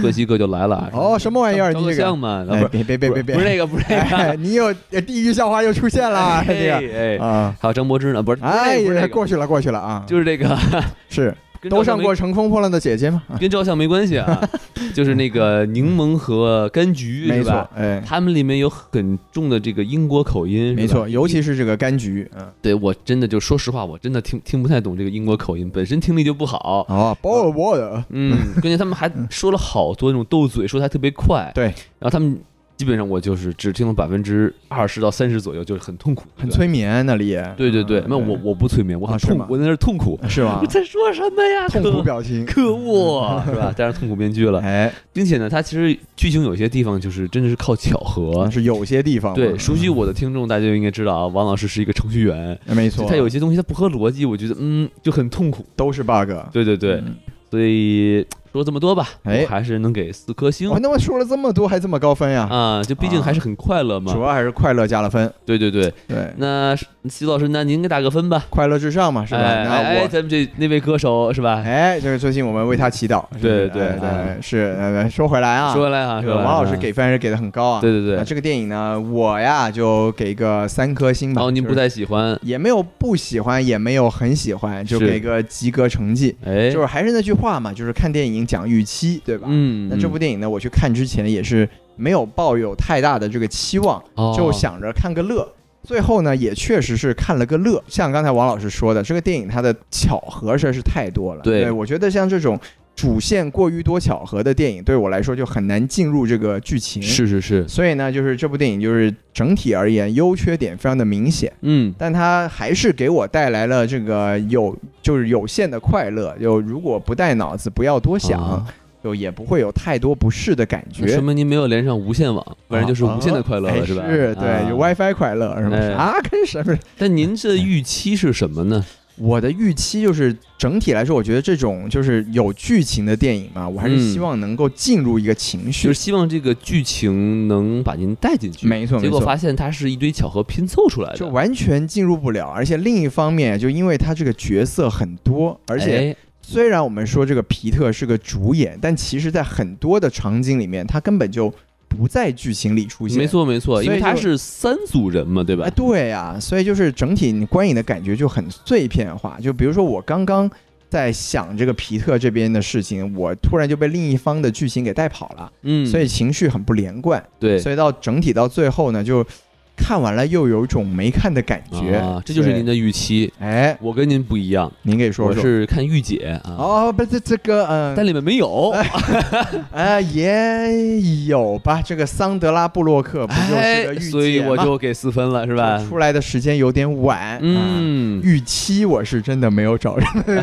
Speaker 2: 冠希哥就来了，
Speaker 1: [laughs] 哦，什么玩意儿？
Speaker 2: 照
Speaker 1: 你
Speaker 2: 个
Speaker 1: 这
Speaker 2: 相
Speaker 1: 个，
Speaker 2: 嘛，
Speaker 1: 哎
Speaker 2: 啊
Speaker 1: 别别
Speaker 2: 不
Speaker 1: 别
Speaker 2: 是
Speaker 1: 别别，
Speaker 2: 不是那个不是 [laughs] 那
Speaker 1: 哎
Speaker 2: 个，
Speaker 1: 你有地狱笑话又出现
Speaker 2: [laughs]
Speaker 1: 了，这个
Speaker 2: 哎哎，
Speaker 1: 啊，
Speaker 2: 还有张柏芝呢，不是，不是那
Speaker 1: 哎
Speaker 2: 个不是那
Speaker 1: 呀，
Speaker 2: 个
Speaker 1: 过去了过去了啊，
Speaker 2: 就是这个 [laughs]
Speaker 1: 是
Speaker 2: 跟
Speaker 1: 都
Speaker 2: 照相
Speaker 1: 上
Speaker 2: 没
Speaker 1: 过《乘风破浪的姐姐》吗？
Speaker 2: [laughs] 跟照相没关系啊，
Speaker 1: [laughs]
Speaker 2: 就是那个柠檬和柑橘
Speaker 1: 没
Speaker 2: 是
Speaker 1: 错
Speaker 2: 吧，？
Speaker 1: 哎，
Speaker 2: 他们里面有很重的这个英国口音，是吧
Speaker 1: 没错，尤其是这个柑橘，嗯，
Speaker 2: 对我真的就说实话，我真的听听不太懂这个英国口音，本身听力就不好。
Speaker 1: 哦，包尔沃的， [laughs]
Speaker 2: 嗯，关键他们还说了好多那种斗嘴，说的还特别快。
Speaker 1: 对，
Speaker 2: 然后他们基本上我就是只听了百分之二十到三十左右，就是很痛苦，
Speaker 1: 很。催眠那里，
Speaker 2: 对对对，
Speaker 1: 嗯
Speaker 2: 那我我不催眠，我很
Speaker 1: 啊是
Speaker 2: 痛
Speaker 1: 吗，
Speaker 2: 我在那儿痛苦，
Speaker 1: 是吧
Speaker 2: [laughs] 我？在说什么呀？
Speaker 1: 痛苦
Speaker 2: 可
Speaker 1: 表
Speaker 2: [laughs]
Speaker 1: 情，
Speaker 2: 可恶，是吧？戴上痛苦面具了，
Speaker 1: 哎，
Speaker 2: 并且呢，它其实剧情有些地方就是真的是靠巧合
Speaker 1: 那。嗯是嗯有些地方嘛
Speaker 2: 对，熟悉我的听众大家就应该知道啊，王老师是一个程序员，
Speaker 1: 啊没错，
Speaker 2: 它有一些东西它不合逻辑，我觉得嗯就很痛苦。
Speaker 1: 都是 bug，
Speaker 2: 对对对，
Speaker 1: 嗯
Speaker 2: 所以说这么多吧，
Speaker 1: 哎
Speaker 2: 我还是能给四颗星
Speaker 1: 哦，那我说了这么多还这么高分呀？
Speaker 2: 啊，就毕竟
Speaker 1: 啊
Speaker 2: 还是很快乐嘛。
Speaker 1: 主要还是快乐加了分，
Speaker 2: 对对对，
Speaker 1: 对，
Speaker 2: 那徐老师，那您给打个分吧，
Speaker 1: 快乐至上嘛，是吧？
Speaker 2: 哎
Speaker 1: 那
Speaker 2: 哎，
Speaker 1: 我。
Speaker 2: 咱们这那位歌手是吧？
Speaker 1: 哎，这个最近我们为他祈祷。是不
Speaker 2: 对
Speaker 1: 是
Speaker 2: 对
Speaker 1: 哎
Speaker 2: 啊
Speaker 1: 对，是。呃说回来啊，
Speaker 2: 说回来啊，
Speaker 1: 这
Speaker 2: 说
Speaker 1: 个
Speaker 2: 回来
Speaker 1: 王
Speaker 2: 啊
Speaker 1: 老师，给分还是给的很高啊。
Speaker 2: 对对
Speaker 1: 那
Speaker 2: 对，
Speaker 1: 这个电影呢，我呀就给个三颗星吧。
Speaker 2: 然后哦您
Speaker 1: 就
Speaker 2: 不
Speaker 1: 是
Speaker 2: 太喜欢，
Speaker 1: 也没有不喜欢，也没有很喜欢，就是给个及格成绩。
Speaker 2: 哎，
Speaker 1: 就是还是那句话嘛，就是看电影讲预期，对吧？
Speaker 2: 嗯，
Speaker 1: 那这部电影呢，我去看之前也是没有抱有太大的这个期望，
Speaker 2: 嗯
Speaker 1: 就想着看个乐。最后呢，也确实是看了个乐。像刚才王老师说的，这个电影它的巧合实在是太多了。
Speaker 2: 对
Speaker 1: 我觉得像这种主线过于多巧合的电影，对我来说就很难进入这个剧情。
Speaker 2: 哦是是是，
Speaker 1: 所以呢，就是这部电影就是整体而言优缺点非常的明显，
Speaker 2: 嗯，
Speaker 1: 但它还是给我带来了这个有就是有限的快乐。就如果不带脑子，不要多想，
Speaker 2: 啊
Speaker 1: 就也不会有太多不适的感
Speaker 2: 那说
Speaker 1: 觉。啊
Speaker 2: 明您没有连上无线网，不然就是无限的快乐
Speaker 1: 哎
Speaker 2: 了，吧？
Speaker 1: 是，对，
Speaker 2: 啊
Speaker 1: 有 WiFi 快乐是吧？
Speaker 2: 哎
Speaker 1: 啊，跟什么？
Speaker 2: 但您这预期是什么呢？
Speaker 1: 我的预期就是整体来说，我觉得这种就是有剧情的电影嘛，我还是
Speaker 2: 嗯
Speaker 1: 希望能够进入一个情绪。
Speaker 2: 就是希望这个剧情能把您带进去，
Speaker 1: 没错，
Speaker 2: 结
Speaker 1: 没
Speaker 2: 果
Speaker 1: 错。
Speaker 2: 发现它是一堆巧合拼凑出来的，
Speaker 1: 就完全进入不了。而且另一方面，就因为他这个角色很多，而且
Speaker 2: 哎
Speaker 1: 虽然我们说这个皮特是个主演，但其实在很多的场景里面，他根本就不在剧情里出现。
Speaker 2: 没。错没错，因为
Speaker 1: 所以就
Speaker 2: 他是三组人嘛，对吧
Speaker 1: 哎，？对呀、所以就是整体你观影的感觉就很碎片化。就比如说我刚刚在想这个皮特这边的事情，我突然就被另一方的剧情给带跑了，
Speaker 2: 嗯，
Speaker 1: 所以情绪很不连贯。
Speaker 2: 对，
Speaker 1: 所以到整体到最后呢，就看完了又有一种没看的感觉。
Speaker 2: 啊，这就是您的预期。
Speaker 1: 哎，
Speaker 2: 我跟您不一样，
Speaker 1: 您给说
Speaker 2: 我
Speaker 1: 说。
Speaker 2: 是看御姐啊，
Speaker 1: 哦，不是这个，嗯、
Speaker 2: 但里面没有。
Speaker 1: 呃，也有吧。这个桑德拉布洛克不就是个御姐吗
Speaker 2: 哎所以我就给四分了，是吧
Speaker 1: 就？出来的时间有点晚。啊，
Speaker 2: 嗯，
Speaker 1: 预期我是真的没有找人。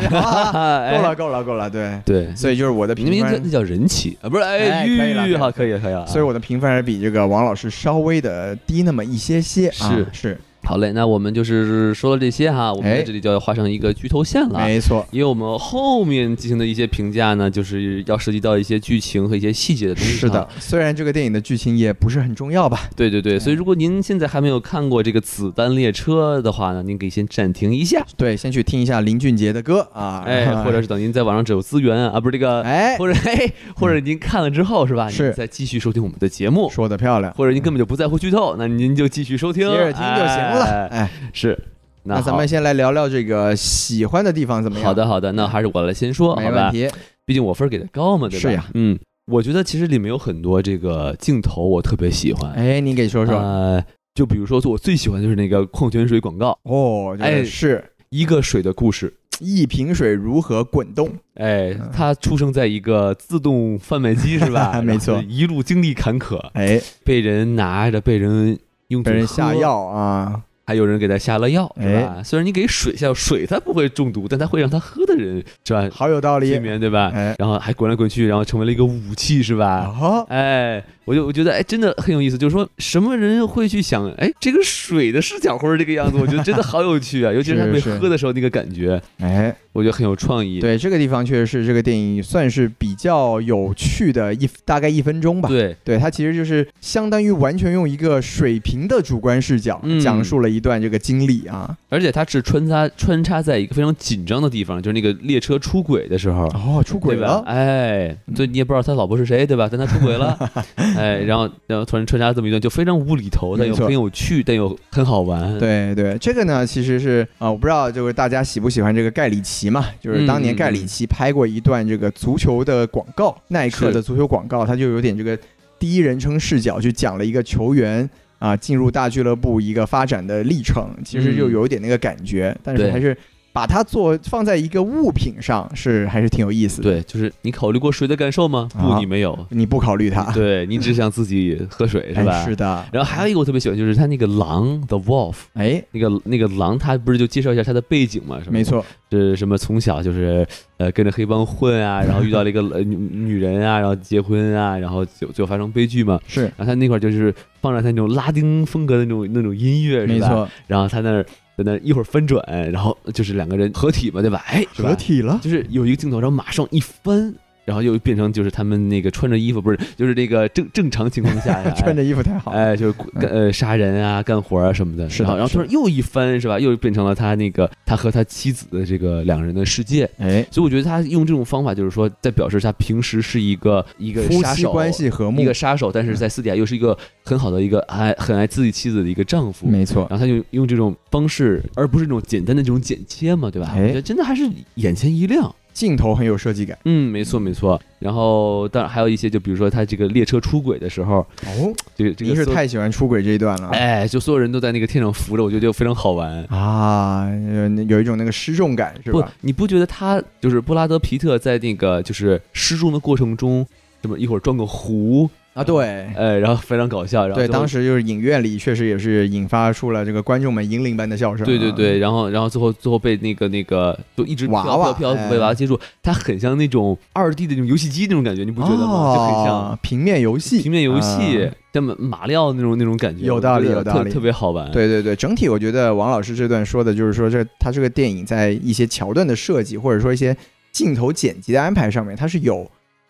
Speaker 1: 啊
Speaker 2: 哈哈
Speaker 1: 够，
Speaker 2: [laughs] 哎
Speaker 1: 了，够了，够了。对，
Speaker 2: 对，
Speaker 1: 所以就是我的
Speaker 2: 你们
Speaker 1: 评
Speaker 2: 那
Speaker 1: 分
Speaker 2: 那，叫人气啊，不是？哎，
Speaker 1: 哎可以了可以
Speaker 2: 玉
Speaker 1: 了
Speaker 2: 好，可以了，可以啊了。
Speaker 1: 所以我的评分还是比这个王老师稍微的低那么一些些。啊
Speaker 2: 是
Speaker 1: 是，
Speaker 2: 好嘞，那我们就是说了这些哈，我们在
Speaker 1: 哎
Speaker 2: 这里就要画上一个剧透线了。
Speaker 1: 没错。
Speaker 2: 因为我们后面进行的一些评价呢，就是要涉及到一些剧情和一些细节的东西。
Speaker 1: 是的，，虽然这个电影的剧情也不是很重要吧，
Speaker 2: 对对对，所以如果您现在还没有看过这个《子弹列车》的话呢，您可以先暂停一下，
Speaker 1: 对，先去听一下林俊杰的歌啊，
Speaker 2: 哎，或者是等您在网上只有资源啊，不是这个，
Speaker 1: [laughs] 哎， [laughs]
Speaker 2: 或者哎，或者您看了之后是吧？
Speaker 1: 是
Speaker 2: 您再继续收听我们的节目，
Speaker 1: 说的漂亮，
Speaker 2: 或者您根本就不在乎剧透，那您就继续收听，
Speaker 1: 嗯接着听就行了，
Speaker 2: 哎
Speaker 1: 哎，
Speaker 2: 是，那
Speaker 1: 那咱
Speaker 2: 好
Speaker 1: 们先来聊聊这个喜欢的地方怎么样？嗯
Speaker 2: 好，的好的，那还是我来先说，
Speaker 1: 没
Speaker 2: 好
Speaker 1: 问
Speaker 2: 吧？
Speaker 1: 题。
Speaker 2: 毕竟我分儿给的高嘛，对吧？
Speaker 1: 是呀，
Speaker 2: 嗯，我觉得其实里面有很多这个镜头我特别喜欢，
Speaker 1: 哎，你给说说。
Speaker 2: 呃，就比如说我最喜欢就是那个矿泉水广告，
Speaker 1: 哦，
Speaker 2: 哎
Speaker 1: 这是
Speaker 2: 一个水的故事。
Speaker 1: 一瓶水如何滚动？
Speaker 2: 哎，
Speaker 1: 嗯
Speaker 2: 他出生在一个自动贩卖机是
Speaker 1: [laughs]
Speaker 2: 吧？
Speaker 1: 没错
Speaker 2: 然后就一路经历坎坷，
Speaker 1: 哎，
Speaker 2: 被人拿着，被人用
Speaker 1: 被
Speaker 2: 嘴
Speaker 1: 人下
Speaker 2: 喝，
Speaker 1: 药哎啊，
Speaker 2: 还有人给他下了药，是吧？虽然你给水下药水，它不会中毒，但它会让他喝的人是吧？
Speaker 1: 好有道
Speaker 2: 催
Speaker 1: 理。
Speaker 2: 眠对吧？
Speaker 1: 哎
Speaker 2: 然后还滚来滚去，然后成为了一个武器是吧？
Speaker 1: 啊，
Speaker 2: 哎，我就我觉得哎，真的很有意思，就是说什么人会去想哎，这个水的视角或者这个样子，我觉得真的好
Speaker 1: [laughs]
Speaker 2: 有趣啊，尤其是他被
Speaker 1: 是是
Speaker 2: 喝的时候那个感觉，
Speaker 1: 哎，
Speaker 2: 我觉得很有创意。
Speaker 1: 对，这个地方确实是这个电影算是比较有趣的一大概一分钟吧。
Speaker 2: 对
Speaker 1: 对，它其实就是相当于完全用一个水平的主观视角
Speaker 2: 嗯
Speaker 1: 讲述了一段这个经历啊。
Speaker 2: 而且它是穿插穿插在一个非常紧张的地方，就是那个列车出轨的时候。
Speaker 1: 哦，出轨
Speaker 2: 对吧？
Speaker 1: 了，
Speaker 2: 哎，对，你也不知道他老婆是谁，对吧？但他出
Speaker 1: [laughs]
Speaker 2: 轨了，哎，然后然后突然穿插这么一段，就非常无厘头，但又
Speaker 1: 没错
Speaker 2: 很有趣，但又很好玩。
Speaker 1: 对对，这个呢，其实是啊、我不知道就是大家喜不喜欢这个盖里奇嘛，就是当年盖里奇拍过一段这个足球的广告，耐克的足球广告，他就有点这个第一人称视角去讲了一个球员。啊，进入大俱乐部一个发展的历程，其实就
Speaker 2: 嗯
Speaker 1: 有一点那个感觉，但
Speaker 2: 对
Speaker 1: 是还是把它做放在一个物品上，是还是挺有意思的。
Speaker 2: 对，就是你考虑过谁的感受吗？不，
Speaker 1: 啊
Speaker 2: 你没有。
Speaker 1: 你不考虑它，
Speaker 2: 对你只想自己喝水是
Speaker 1: 哎
Speaker 2: 吧？
Speaker 1: 是的，
Speaker 2: 然后还有一个我特别喜欢，就是他那个狼，The Wolf，
Speaker 1: 哎，
Speaker 2: 那个那个狼，他不是就介绍一下他的背景嘛？是吧
Speaker 1: 没，错，
Speaker 2: 是什么从小就是呃跟着黑帮混啊，然后遇到了一个呃女女人啊，然后结婚啊，然后就最后发生悲剧嘛。
Speaker 1: 是
Speaker 2: 然后他那块儿就是放着他那种拉丁风格的那种那种音乐，是吧
Speaker 1: 没。错，
Speaker 2: 然后他那儿在那儿一会儿翻转，然后就是两个人合体嘛，对吧？哎，是吧
Speaker 1: 合体了，，
Speaker 2: 就是有一个镜头，然后马上一翻。然后又变成就是他们那个穿着衣服，不是就是那个正正常情况下呀
Speaker 1: [laughs] 穿着衣服太好，
Speaker 2: 哎，就是干呃杀人啊、干活啊什么的。
Speaker 1: 是的
Speaker 2: 然后然后
Speaker 1: 是
Speaker 2: 突
Speaker 1: 的
Speaker 2: 然又一翻是吧？又变成了他那个他和他妻子的这个两人的世界。
Speaker 1: 哎，
Speaker 2: 所以我觉得他用这种方法，就是说在表示他平时是一个一个
Speaker 1: 夫
Speaker 2: 杀
Speaker 1: 妻
Speaker 2: 手
Speaker 1: 关系和睦
Speaker 2: 一个，杀手，但是在私底下又是一个很好的一个爱很爱自己妻子的一个丈夫。
Speaker 1: 没错，
Speaker 2: 然后他就用这种方式，而不是那种简单的这种剪切嘛，对吧？
Speaker 1: 哎
Speaker 2: 我觉得真的还是眼前一亮。
Speaker 1: 镜头很有设计感
Speaker 2: 嗯，没错没错。然后当然还有一些，就比如说他这个列车出轨的时候，
Speaker 1: 哦，
Speaker 2: 这个这个
Speaker 1: 您是
Speaker 2: 所有
Speaker 1: 太喜欢出轨这一段了。
Speaker 2: 哎，就所有人都在那个天上扶着，我觉得就非常好玩。
Speaker 1: 啊，有有一种那个失重感是
Speaker 2: 不
Speaker 1: 吧？，
Speaker 2: 你不觉得他就是布拉德皮特在那个就是失重的过程中，这么一会儿撞个湖，
Speaker 1: 啊，对
Speaker 2: 呃，然后非常搞笑，然后
Speaker 1: 对，
Speaker 2: 最后
Speaker 1: 当时就是影院里确实也是引发出了这个观众们银铃般的笑声。啊
Speaker 2: 对对对，，然后然后最后最后被那个那个就一直
Speaker 1: 娃
Speaker 2: 飘
Speaker 1: 娃
Speaker 2: 飘飘被
Speaker 1: 哎
Speaker 2: 娃娃接住，它很像那种二 D 的那种游戏机那种感觉，你不觉得吗？就很像
Speaker 1: 哦，平面游戏，
Speaker 2: 平面游戏
Speaker 1: 啊。
Speaker 2: 像马马里奥那种那种感觉，
Speaker 1: 有
Speaker 2: 我
Speaker 1: 道
Speaker 2: 觉
Speaker 1: 理
Speaker 2: 得
Speaker 1: 有
Speaker 2: 特
Speaker 1: 道理
Speaker 2: 特别好玩。
Speaker 1: 对对对，整体我觉得王老师这段说的就是说这他这个电影在一些桥段的设计，或者说一些镜头剪辑的安排上面，它是有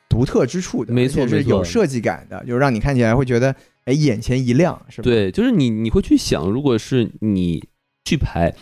Speaker 1: 独特之处的，
Speaker 2: 没错
Speaker 1: 而且
Speaker 2: 没
Speaker 1: 是
Speaker 2: 错
Speaker 1: 有设计感的，就是让你看起来会觉得哎眼前一亮，是吧？，
Speaker 2: 对，就是你你会去想，如果是你去拍，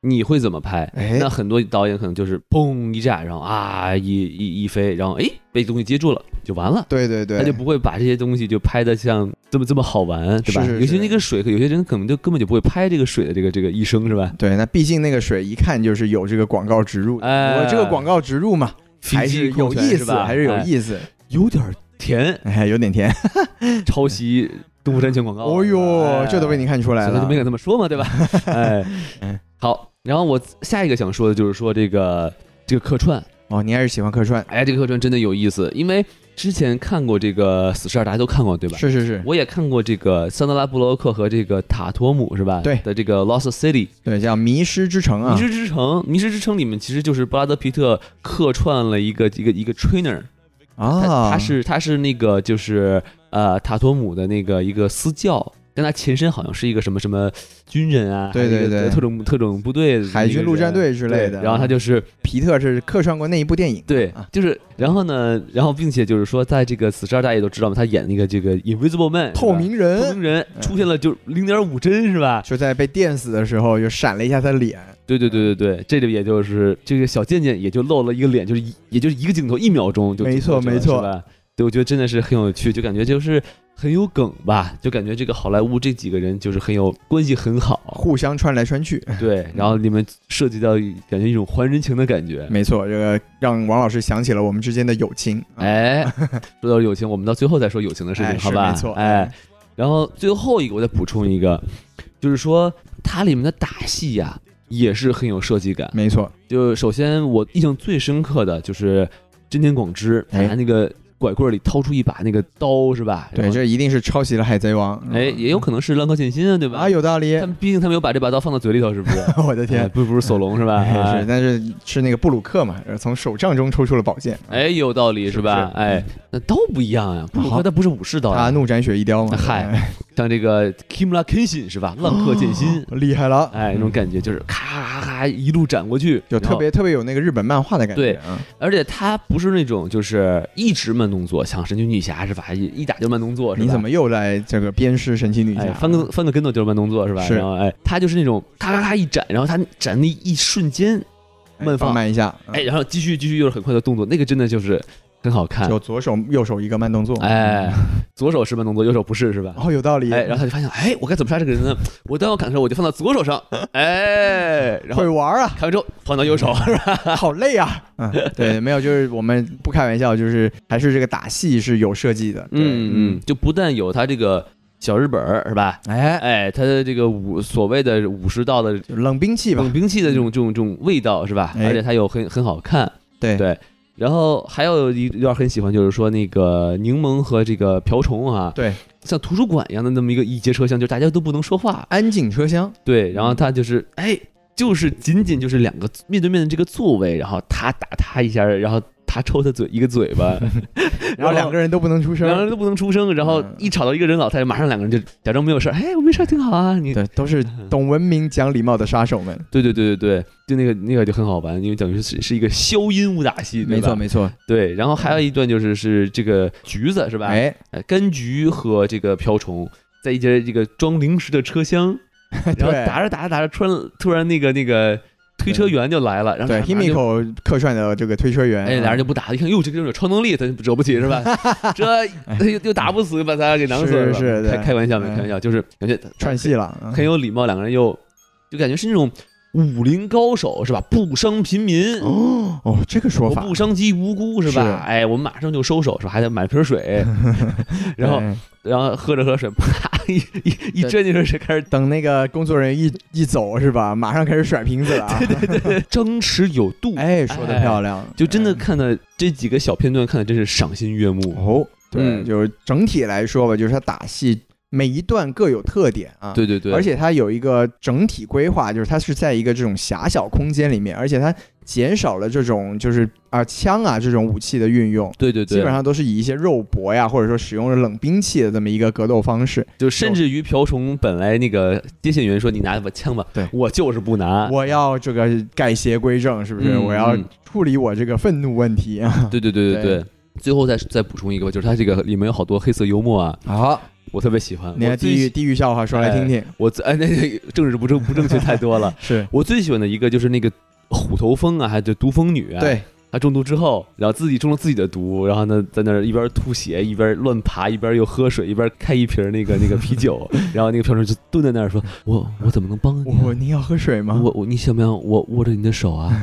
Speaker 2: 你会怎么拍？
Speaker 1: 哎
Speaker 2: 那很多导演可能就是砰一炸，然后啊一一一飞，然后哎被东西接住了就完了。
Speaker 1: 对对对，
Speaker 2: 他就不会把这些东西就拍的像这么这么好玩，对吧？
Speaker 1: 是是
Speaker 2: 尤其
Speaker 1: 是
Speaker 2: 那个水，有些人可能就根本就不会拍这个水的这个这个一生，是吧？
Speaker 1: 对，那毕竟那个水一看就是有这个广告植入的，
Speaker 2: 哎
Speaker 1: 我这个广告植入嘛，还是有意
Speaker 2: 是
Speaker 1: 思，
Speaker 2: 吧？
Speaker 1: 还是有
Speaker 2: 哎
Speaker 1: 意思，
Speaker 2: 有点甜，
Speaker 1: 哎，有点甜，
Speaker 2: 抄袭东部战犬广告。
Speaker 1: 哦呦，这都被你看出来
Speaker 2: 所以他
Speaker 1: 了
Speaker 2: 就没。敢哎这么说嘛，
Speaker 1: [laughs]
Speaker 2: 对吧？
Speaker 1: 嗯
Speaker 2: 哎，好，然后我下一个想说的就是说这个这个客串，
Speaker 1: 哦，你还是喜欢客串，
Speaker 2: 哎，这个客串真的有意思，因为之前看过这个《死侍二》，大家都看过对吧？
Speaker 1: 是是是，
Speaker 2: 我也看过这个桑德拉布洛克和这个塔托姆是吧？
Speaker 1: 对
Speaker 2: 的这个《Lost City》
Speaker 1: 对，叫《迷失之城》
Speaker 2: 《迷
Speaker 1: 啊，
Speaker 2: 失之城》，《迷失之城》里面其实就是布拉德皮特客串了一个一个一个 trainer，
Speaker 1: 啊，
Speaker 2: 他他是他是那个就是呃塔托姆的那个一个私教，但他前身好像是一个什么什么军人啊，
Speaker 1: 对对
Speaker 2: 还有一个
Speaker 1: 对
Speaker 2: 特种特种部队的那个人、
Speaker 1: 海军陆战队之类的啊
Speaker 2: 对然后他就是
Speaker 1: 皮特是客串过那一部电影，
Speaker 2: 对
Speaker 1: 啊，
Speaker 2: 就是然后呢，然后并且就是说，在这个死侍二大家也都知道嘛，他演那个这个 Invisible Man
Speaker 1: 透明
Speaker 2: 是吧透
Speaker 1: 人
Speaker 2: 明人
Speaker 1: 嗯
Speaker 2: 出现了就零点五帧是吧？
Speaker 1: 就在被电死的时候，就闪了一下他的脸，
Speaker 2: 对对对对对，这里也就是这个小贱贱也就露了一个脸，就是一也就是一个镜头，一秒钟就
Speaker 1: 没错
Speaker 2: 就过去了
Speaker 1: 没错
Speaker 2: 是吧？对，我觉得真的是很有趣，就感觉就是很有梗吧，就感觉这个好莱坞这几个人就是很有关系很好，
Speaker 1: 互相穿来穿去。
Speaker 2: 对，然后里面涉及到一感觉一种还人情的感觉。
Speaker 1: 没错，这个让王老师想起了我们之间的友情。啊，
Speaker 2: 哎，说到友情，我们到最后再说友情的事情，
Speaker 1: 哎
Speaker 2: 好吧？
Speaker 1: 是没错
Speaker 2: 哎，然后最后一个我再补充一个，就是说它里面的打戏呀、也是很有设计感。
Speaker 1: 没错，
Speaker 2: 就首先我印象最深刻的就是真田广之，他
Speaker 1: 哎
Speaker 2: 拿那个拐棍里掏出一把那个刀，是吧？
Speaker 1: 对，
Speaker 2: 然后
Speaker 1: 这一嗯定是抄袭了《海贼王》。
Speaker 2: 哎也有可能是浪客剑心啊，对吧？
Speaker 1: 啊，有道理
Speaker 2: 他。们毕竟他没有把这把刀放到嘴里头，是不是？
Speaker 1: [laughs] 我的
Speaker 2: [laughs] 哎
Speaker 1: 天，
Speaker 2: 不不是索隆是吧？
Speaker 1: 哎
Speaker 2: 哎
Speaker 1: 是，但是是那个布鲁克嘛，呃从手杖中抽出了宝剑。
Speaker 2: 哎，有道理是
Speaker 1: 是
Speaker 2: 吧？
Speaker 1: 不是
Speaker 2: 哎，那刀不一样呀，布鲁克
Speaker 1: 好啊
Speaker 2: 他不是武士刀呀，
Speaker 1: 他怒斩雪一雕嘛，
Speaker 2: 嗨
Speaker 1: 哎，
Speaker 2: 像这个 Kimura Kenshin 是吧？浪客剑心，
Speaker 1: [laughs] 厉害了，
Speaker 2: 哎，那种感觉就是咔咔咔一路斩过去，
Speaker 1: 就特
Speaker 2: 然后。
Speaker 1: 别特别有那个日本漫画的感觉
Speaker 2: 对
Speaker 1: 啊。
Speaker 2: 而且他不是那种就是一直慢动作，像神奇女侠是吧？一一打就慢动作是吧？
Speaker 1: 你怎么又来这个鞭尸神奇女
Speaker 2: 哎
Speaker 1: 侠？
Speaker 2: 翻个翻个跟头就是慢动作是吧？
Speaker 1: 是
Speaker 2: 然后哎，他就是那种咔咔咔一斩，然后他斩那一瞬间，
Speaker 1: 哎
Speaker 2: 慢放
Speaker 1: 放慢一下，
Speaker 2: 哎，然后继续继续又是很快的动作，那个真的就是很好看
Speaker 1: 就。左手右手一个慢动作。
Speaker 2: 哎，左手是慢动作，右手不是是吧？
Speaker 1: 哦，有道理。
Speaker 2: 哎，然后他就发现，哎，我该怎么杀这个人呢？我当要砍的时候，我就放到左手上，哎，然后
Speaker 1: 会玩
Speaker 2: [laughs]
Speaker 1: 啊，
Speaker 2: 砍完之后放到右手，是吧？
Speaker 1: 好累啊！嗯，对，没有，就是我们不开玩笑，就是还是这个打戏是有设计的。对
Speaker 2: 嗯嗯，，就不但有他这个小日本儿是吧？
Speaker 1: 哎，
Speaker 2: 哎，他的这个武所谓的武士道的
Speaker 1: 就冷兵器吧
Speaker 2: 冷。兵器的这种这种这种味道是吧？
Speaker 1: 哎
Speaker 2: 而且它有很很好看，
Speaker 1: 对
Speaker 2: 对。然后还有一一段很喜欢，就是说那个柠檬和这个瓢虫啊，
Speaker 1: 对，
Speaker 2: 像图书馆一样的那么一个一节车厢，就是大家都不能说话，嗯
Speaker 1: 安静车
Speaker 2: [laughs]
Speaker 1: 厢，
Speaker 2: 对。然后他就是哎，就是仅仅就是两个面对面的这个座位，然后他打他一下，然后他抽他嘴一个嘴巴， [laughs]
Speaker 1: 然后两个人都不能出
Speaker 2: 两个人
Speaker 1: 声。
Speaker 2: 都不能出声，然后
Speaker 1: 嗯
Speaker 2: 一吵到一个人老太太，马上两个人就假装没有事儿，哎，我没事儿，挺好啊，你
Speaker 1: 对，都是懂文明、讲礼貌的杀
Speaker 2: [laughs]
Speaker 1: 手们。
Speaker 2: 对对对对对，就那个那个就很好玩，因为等于是是一个消音武打戏，对
Speaker 1: 没
Speaker 2: 吧
Speaker 1: 错，没错。
Speaker 2: 对。然后还有一段就是是这个橘子是吧？，
Speaker 1: [laughs]
Speaker 2: 呃
Speaker 1: 哎，
Speaker 2: 柑橘和这个瓢虫在一节这个装零食的车厢，然后
Speaker 1: 对
Speaker 2: 打着打着打着，突然突然那个那个推车员就来了，然后
Speaker 1: 对
Speaker 2: 俩人就。
Speaker 1: ，Himiko 客串的这个推车员，
Speaker 2: 哎，俩人
Speaker 1: 就
Speaker 2: 就不打了。一看，哟，这个人有超能力，咱惹不起是 [laughs] 吧？这又又打不死，把他给囊死了。
Speaker 1: 是是对
Speaker 2: 开开玩笑没
Speaker 1: 嗯
Speaker 2: 开玩笑，就是感觉
Speaker 1: 串戏了。嗯
Speaker 2: 很有礼貌，两个人又就感觉是那种武林高手是吧？不伤平民，
Speaker 1: 哦，这个说
Speaker 2: 我
Speaker 1: 法
Speaker 2: 不伤及无辜是吧？
Speaker 1: 是
Speaker 2: 哎，我们马上就收手，是吧？还得买
Speaker 1: [laughs]
Speaker 2: 瓶水，然后
Speaker 1: 哎
Speaker 2: 然后喝着喝着水，啪一一一
Speaker 1: 对
Speaker 2: 斟进去水开 [laughs] 始
Speaker 1: 等那个工作人员一一走是吧，马上开始甩瓶子了啊。
Speaker 2: [laughs]
Speaker 1: [laughs]
Speaker 2: 张弛有度，
Speaker 1: 哎，说的漂亮，
Speaker 2: 就真的
Speaker 1: 哎
Speaker 2: 看的这几个小片段看的真是赏心悦目。
Speaker 1: 哦，对，
Speaker 2: 嗯
Speaker 1: 就是整体来说吧，就是它打戏每一段各有特点啊。
Speaker 2: 对对对，
Speaker 1: 而且它有一个整体规划，就是它是在一个这种狭小空间里面，而且它减少了这种就是啊枪啊这种武器的运用，
Speaker 2: 对对对，
Speaker 1: 基本上都是以一些肉搏呀，或者说使用了冷兵器的这么一个格斗方式。
Speaker 2: 就甚至于瓢虫本来那个接线员说你拿把枪吧，
Speaker 1: 对
Speaker 2: 我就是不拿。
Speaker 1: 我要这个改邪归正，是不是？
Speaker 2: 啊嗯
Speaker 1: 我要
Speaker 2: 嗯
Speaker 1: 处理我这个愤怒问题啊！
Speaker 2: 对对对对
Speaker 1: 对
Speaker 2: 对。最后再再补充一个吧，就是它这个里面有好多黑色幽默啊，
Speaker 1: 好，
Speaker 2: 我特别喜欢。
Speaker 1: 你
Speaker 2: 我
Speaker 1: 看
Speaker 2: 最
Speaker 1: 地狱
Speaker 2: 喜
Speaker 1: 地狱笑话说来听听，
Speaker 2: 我最哎那那政治
Speaker 1: [laughs]
Speaker 2: 不正不正确太多了，
Speaker 1: 是
Speaker 2: 我最喜欢的一个就是那个虎头蜂啊，还有就毒蜂女啊，，
Speaker 1: 对
Speaker 2: 他中毒之后，然后自己中了自己的毒，然后呢，在那儿一边吐血，一边乱爬，一边又喝水，一边开一瓶那个那个啤
Speaker 1: [laughs]
Speaker 2: 酒，然后那个飘叔就蹲在那儿说：“我我怎么能帮你啊、
Speaker 1: 我您要喝水吗？
Speaker 2: 我我你想不想我握着你的手啊？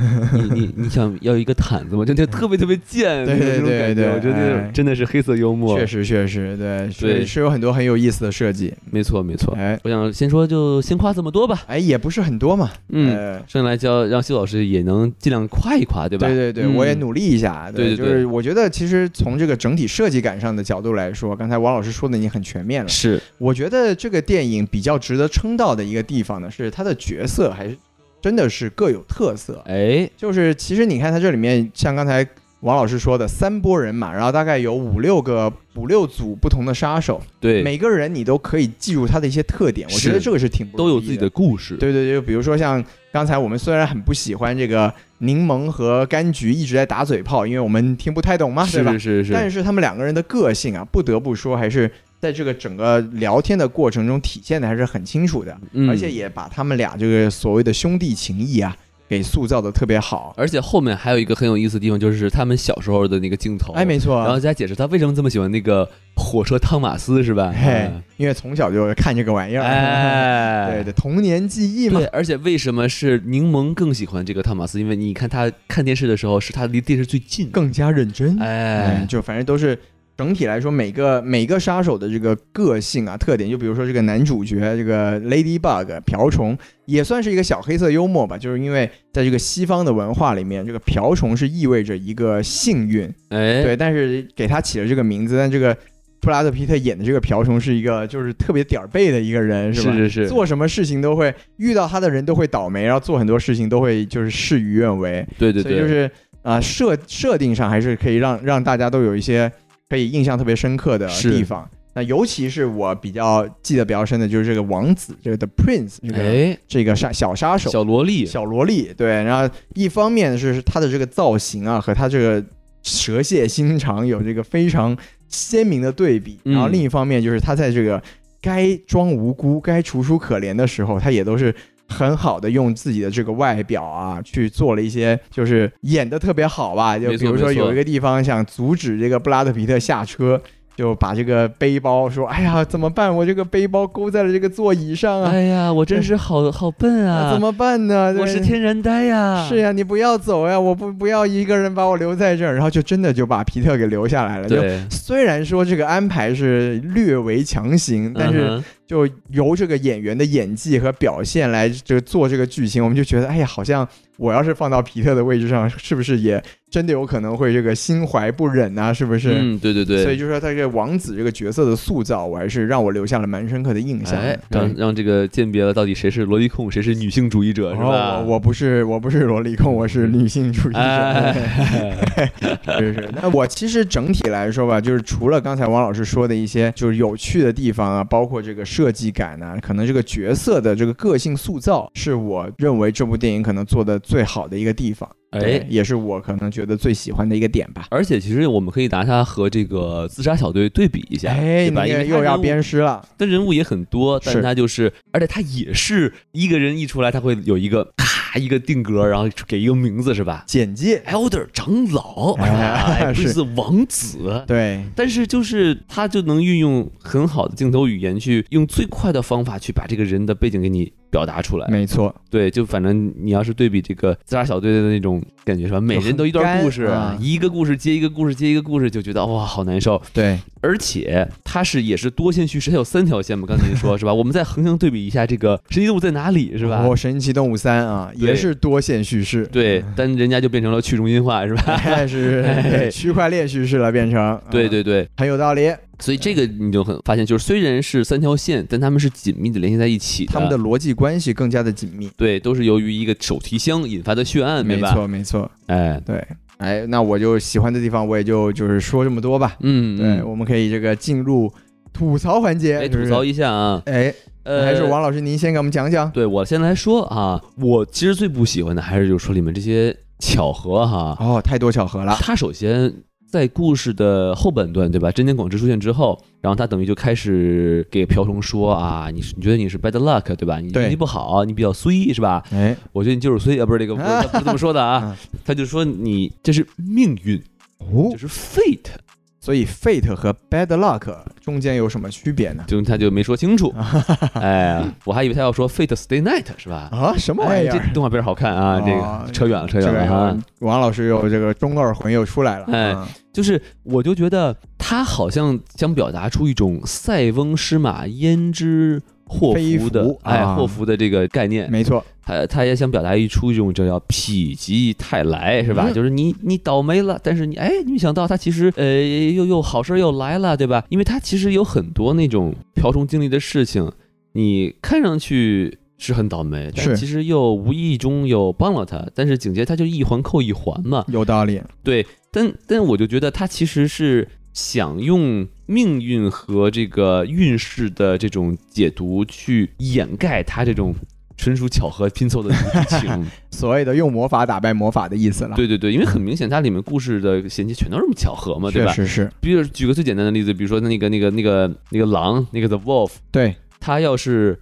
Speaker 2: 你你你想要一个毯子吗？就就特别特别
Speaker 1: [laughs]
Speaker 2: 贱，
Speaker 1: 对对
Speaker 2: 那种感
Speaker 1: 对
Speaker 2: 觉，
Speaker 1: 对
Speaker 2: 我觉得
Speaker 1: 哎
Speaker 2: 真的是黑色幽默，
Speaker 1: 确实确实，对
Speaker 2: 对
Speaker 1: 是是有很多很有意思的设计，
Speaker 2: 没错没错。
Speaker 1: 哎
Speaker 2: 我想先说就先夸这么多吧，
Speaker 1: 哎也不是很多嘛，
Speaker 2: 嗯，
Speaker 1: 呃
Speaker 2: 剩下来就要让修老师也能尽量夸一夸，对吧？
Speaker 1: 对对对，
Speaker 2: 嗯
Speaker 1: 我也努力一下。
Speaker 2: 对对
Speaker 1: 就
Speaker 2: 对
Speaker 1: 是我觉得其实从这个整体设计感上的角度来说，刚才王老师说的已经很全面了。
Speaker 2: 是
Speaker 1: 我觉得这个电影比较值得称道的一个地方呢，是它的角色还是真的是各有特色。
Speaker 2: 哎，
Speaker 1: 就是其实你看它这里面，像刚才王老师说的三拨人马，然后大概有五六个五六组不同的杀手，
Speaker 2: 对，
Speaker 1: 每个人你都可以记住他的一些特点。我觉得
Speaker 2: 是
Speaker 1: 这个是挺不
Speaker 2: 都有
Speaker 1: 容易
Speaker 2: 自己的故事，
Speaker 1: 对对对，就比如说像刚才我们虽然很不喜欢这个柠檬和柑橘一直在打嘴炮，因为我们听不太懂嘛，对
Speaker 2: 是
Speaker 1: 吧？
Speaker 2: 是是是，
Speaker 1: 但啊是他们两个人的个性啊，不得不说还是在这个整个聊天的过程中体现的还是很清楚的，
Speaker 2: 嗯
Speaker 1: 而且也把他们俩这个所谓的兄弟情谊啊给塑造的特别好。
Speaker 2: 而且后面还有一个很有意思的地方，就是他们小时候的那个镜头，
Speaker 1: 哎，没错
Speaker 2: 然后
Speaker 1: 啊，
Speaker 2: 再解释他为什么这么喜欢那个火车汤马斯，是吧？
Speaker 1: 嘿，因为从小就看这个玩意
Speaker 2: 嗯
Speaker 1: 儿，
Speaker 2: 哎，
Speaker 1: [laughs] 对对，童年记忆嘛
Speaker 2: 对，，而且为什么是柠檬更喜欢这个汤马斯？因为你看他看电视的时候，是他离电视最近，
Speaker 1: 更加认真。哎，
Speaker 2: 哎，
Speaker 1: 就反正都是整体来说，每个每个杀手的这个个性啊特点，就比如说这个男主角这个 Ladybug 瓢虫，也算是一个小黑色幽默吧，就是因为在这个西方的文化里面，这个瓢虫是意味着一个幸运，
Speaker 2: 哎，
Speaker 1: 对，但是给他起了这个名字，但这个布拉德皮特演的这个瓢虫是一个就是特别点儿背的一个人，
Speaker 2: 是
Speaker 1: 吧？
Speaker 2: 是是，
Speaker 1: 做什么事情都会遇到他的人都会倒霉，然后做很多事情都会就是事与愿违。
Speaker 2: 对对
Speaker 1: 所以
Speaker 2: 对，
Speaker 1: 就是啊、呃设设定上还是可以让让大家都有一些可以印象特别深刻的
Speaker 2: 是
Speaker 1: 地方。那尤其是我比较记得比较深的就是这个王子，这个 The Prince，这个、
Speaker 2: 哎，
Speaker 1: 这个杀小杀手
Speaker 2: 小萝莉，
Speaker 1: 小萝莉，对。然后一方面是他的这个造型啊，和他这个蛇蝎心肠有这个非常鲜明的对比。
Speaker 2: 嗯
Speaker 1: 然后另一方面就是他在这个该装无辜、该楚楚可怜的时候，他也都是。很好的用自己的这个外表啊，去做了一些，就是演的特别好吧。就
Speaker 2: 没错
Speaker 1: 比如说
Speaker 2: 没错
Speaker 1: 有一个地方想阻止这个布拉德皮特下车，就把这个背包说：“哎呀，怎么办？我这个背包勾在了这个座椅上啊，
Speaker 2: 哎呀，我真是好好笨
Speaker 1: 那
Speaker 2: 啊，
Speaker 1: 哎怎么办呢？”
Speaker 2: 我
Speaker 1: 对
Speaker 2: 是天然呆呀，
Speaker 1: 是呀，你不要走呀，我不不要一个人把我留在这儿，然后就真的就把皮特给留下来了。就
Speaker 2: 对，
Speaker 1: 虽然说这个安排是略为强行，但
Speaker 2: 嗯
Speaker 1: 是
Speaker 2: 哼
Speaker 1: 就由这个演员的演技和表现来就做这个剧情，我们就觉得，哎呀，好像我要是放到皮特的位置上，是不是也真的有可能会这个心怀不忍呐、是不是？
Speaker 2: 嗯，对对对，
Speaker 1: 所以就说他这个王子这个角色的塑造，我还是让我留下了蛮深刻的印象的。
Speaker 2: 哎，让让这个鉴别了到底谁是萝莉控，谁是女性主义者，是吧？
Speaker 1: 哦，我我不是我不是萝莉控，我是女性主义者。
Speaker 2: [laughs] 哎，
Speaker 1: [laughs] 是
Speaker 2: [laughs]
Speaker 1: 是，那我其实整体来说吧，就是除了刚才王老师说的一些就是有趣的地方啊，包括这个设计感啊，可能这个角色的这个个性塑造，是我认为这部电影可能做的最好的一个地方，对
Speaker 2: 哎，
Speaker 1: 也是我可能觉得最喜欢的一个点吧。
Speaker 2: 而且其实我们可以拿它和这个自杀小队对比一下，
Speaker 1: 哎，
Speaker 2: 对吧？
Speaker 1: 你
Speaker 2: 因
Speaker 1: 也
Speaker 2: 为
Speaker 1: 又要
Speaker 2: 编，
Speaker 1: 鞭尸了，
Speaker 2: 但人物也很多，但
Speaker 1: 是
Speaker 2: 他就是，而且他也是一个人一出来，他会有一个咔一个定格，然后给一个名字是吧
Speaker 1: 简介，
Speaker 2: ？Elder 长老，
Speaker 1: 哎
Speaker 2: 哎，不
Speaker 1: 是
Speaker 2: 是王子。
Speaker 1: 对，
Speaker 2: 但是就是他就能运用很好的镜头语言，去用最快的方法去把这个人的背景给你表达出来。
Speaker 1: 没错，
Speaker 2: 对，就反正你要是对比这个自杀小队的那种感觉是吧，每人都一段故事，
Speaker 1: 很干啊
Speaker 2: 一个故事接一个故事接一个故事，就觉得哇好难受。
Speaker 1: 对，
Speaker 2: 而且它是也是多线叙事，它有三条线嘛，刚才你说
Speaker 1: [laughs]
Speaker 2: 是吧？我们再横向对比一下这个神奇动物在哪里是吧？
Speaker 1: 哦，神奇动物三啊，
Speaker 2: 对
Speaker 1: 也是多线叙事，
Speaker 2: 对，但人家就变成了去中心化是吧？
Speaker 1: 哎，是是是
Speaker 2: [laughs] 哎
Speaker 1: 对区块链叙事了，变成，
Speaker 2: 对
Speaker 1: 嗯，
Speaker 2: 对对，
Speaker 1: 很有道理，
Speaker 2: 所以这个你就很发现，就是虽然是三条线，但它们是紧密的联系在一起
Speaker 1: 他们的逻辑关系更加的紧密。
Speaker 2: 对，都是由于一个手提箱引发的血案，对
Speaker 1: 没
Speaker 2: 吧？
Speaker 1: 错，没错，
Speaker 2: 哎，
Speaker 1: 对，哎，那我就喜欢的地方，我也就就是说这么多吧。
Speaker 2: 嗯，
Speaker 1: 对，
Speaker 2: 嗯，
Speaker 1: 我们可以这个进入吐槽环节，
Speaker 2: 哎，
Speaker 1: 就
Speaker 2: 吐
Speaker 1: 是
Speaker 2: 槽，一下啊，
Speaker 1: 哎，
Speaker 2: 呃，
Speaker 1: 还是王老师您先给我们讲讲。
Speaker 2: 对我先来说啊，我其实最不喜欢的还是就是说里面这些巧合哈，
Speaker 1: 哦，太多巧合了，
Speaker 2: 它首先。在在故事的后半段，对吧？真田广之出现之后，然后他等于就开始给瓢虫说啊，你是你觉得你是 bad luck，对吧？你
Speaker 1: 对
Speaker 2: 运气不好，你比较衰，是吧？
Speaker 1: 哎，
Speaker 2: 我觉得你就是衰啊，不是
Speaker 1: [laughs]
Speaker 2: 这个，不是不是这么说的啊
Speaker 1: 啊，
Speaker 2: 他就说你这是命运，
Speaker 1: 哦
Speaker 2: 这，是 fate，
Speaker 1: 所以 fate 和 bad luck 中间有什么区别呢？
Speaker 2: 就他就没说清楚。
Speaker 1: [laughs]
Speaker 2: 哎，我还以为他要说 fate stay night 是吧？
Speaker 1: 啊，什么玩
Speaker 2: 哎，
Speaker 1: 意
Speaker 2: 这
Speaker 1: 儿？
Speaker 2: 动画片好看啊，这
Speaker 1: 哦
Speaker 2: 个扯远了，扯
Speaker 1: 这
Speaker 2: 远
Speaker 1: 个
Speaker 2: 了啊。
Speaker 1: 王老师又这个中二魂又出来了，
Speaker 2: 哎
Speaker 1: 嗯
Speaker 2: 就是我就觉得他好像想表达出一种塞翁失马焉知。祸
Speaker 1: 非
Speaker 2: 福的，
Speaker 1: 福
Speaker 2: 哎，
Speaker 1: 啊
Speaker 2: 祸福的这个概念，
Speaker 1: 没错，
Speaker 2: 他他也想表达一出一种这叫否极泰来，是吧？
Speaker 1: 嗯
Speaker 2: 就是你你倒霉了，但是你哎，你没想到他其实呃又又好事儿又来了，对吧？因为他其实有很多那种瓢虫经历的事情，你看上去。是很倒霉，但
Speaker 1: 是
Speaker 2: 其实又无意中又帮了他，但是紧接着他就一环扣一环嘛，
Speaker 1: 有道理。
Speaker 2: 对，但但我就觉得他其实是想用命运和这个运势的这种解读去掩盖他这种纯属巧合拼凑的剧
Speaker 1: [laughs]
Speaker 2: 情。
Speaker 1: 所谓的用魔法打败魔法的意思了，
Speaker 2: 对对对，因为很明显，它里面故事的衔接全都是这么巧合嘛，对
Speaker 1: 确
Speaker 2: 吧？
Speaker 1: 实是
Speaker 2: 比如举个最简单的例子，比如说那个那个那个那个狼，那个 The Wolf，
Speaker 1: 对，
Speaker 2: 他要是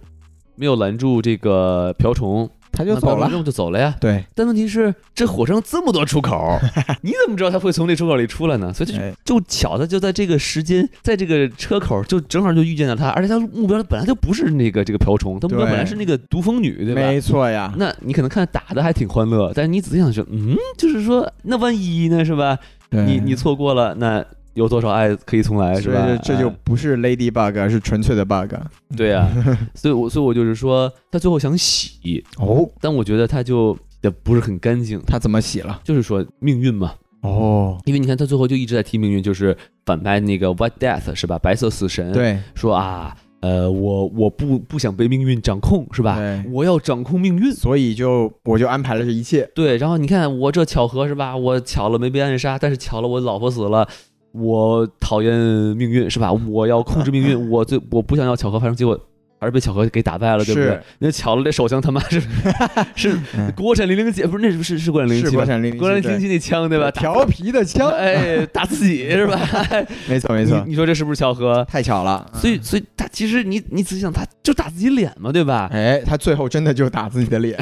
Speaker 2: 没有拦住这个瓢虫，
Speaker 1: 他
Speaker 2: 那
Speaker 1: 就走
Speaker 2: 瓢
Speaker 1: 了
Speaker 2: 虫，就走了呀。
Speaker 1: 对，
Speaker 2: 但问题是，这火车上这么多
Speaker 1: [laughs]
Speaker 2: 出口，你怎么知道他会从这出口里出来呢？所以就
Speaker 1: 哎
Speaker 2: 就巧，他就在这个时间，在这个车口就正好就遇见了他，而且他目标本来就不是那个这个瓢虫，他目标
Speaker 1: 对
Speaker 2: 本来是那个毒蜂女，对吧？
Speaker 1: 没错呀，
Speaker 2: 那你可能看打的还挺欢乐，但是你仔细想想，嗯，就是说那万一呢，是吧？
Speaker 1: 对
Speaker 2: 你你错过了，那有多少爱可以重来，是
Speaker 1: 所以
Speaker 2: 吧
Speaker 1: 这？这就
Speaker 2: 哎
Speaker 1: 不是 Lady Bug，而是纯粹的 bug [laughs]
Speaker 2: 对啊，所以我所以我就是说，他最后想洗，
Speaker 1: 哦。
Speaker 2: 但我觉得他就也不是很干净，
Speaker 1: 他怎么洗了？
Speaker 2: 就是说命运嘛。
Speaker 1: 哦，
Speaker 2: 因为你看他最后就一直在提命运，就是反派那个 White Death 是吧？白色死神，，
Speaker 1: 对
Speaker 2: 说啊，呃，我我不不想被命运掌控是吧？
Speaker 1: 对，
Speaker 2: 我要掌控命运。
Speaker 1: 所以就我就安排了这一切，
Speaker 2: 对，然后你看我这巧合是吧？我巧了没被暗杀，但是巧了我老婆死了。我讨厌命运是吧？我要控制命运，我最我不想要巧合发生，结果还是被巧合给打败了，对不对
Speaker 1: 是？
Speaker 2: 那巧了，这手枪他妈 [laughs] 是是
Speaker 1: 嗯
Speaker 2: [laughs] 国产零零七，不是那是是是国产零零
Speaker 1: 是
Speaker 2: 七
Speaker 1: 国
Speaker 2: 吧？
Speaker 1: 产零零
Speaker 2: 国产零零
Speaker 1: 七
Speaker 2: 七那枪对吧？
Speaker 1: [laughs]
Speaker 2: 打
Speaker 1: 调皮的枪，
Speaker 2: [laughs] 哎，打自己是 [laughs] 吧？
Speaker 1: 没错没
Speaker 2: 你
Speaker 1: 错，
Speaker 2: 你说这是不是巧合？
Speaker 1: 太巧了。
Speaker 2: 所以，所以他其实你你仔细想，他就打自己脸嘛，
Speaker 1: [laughs]
Speaker 2: 对吧？
Speaker 1: 哎，他最后真的就打自己的脸，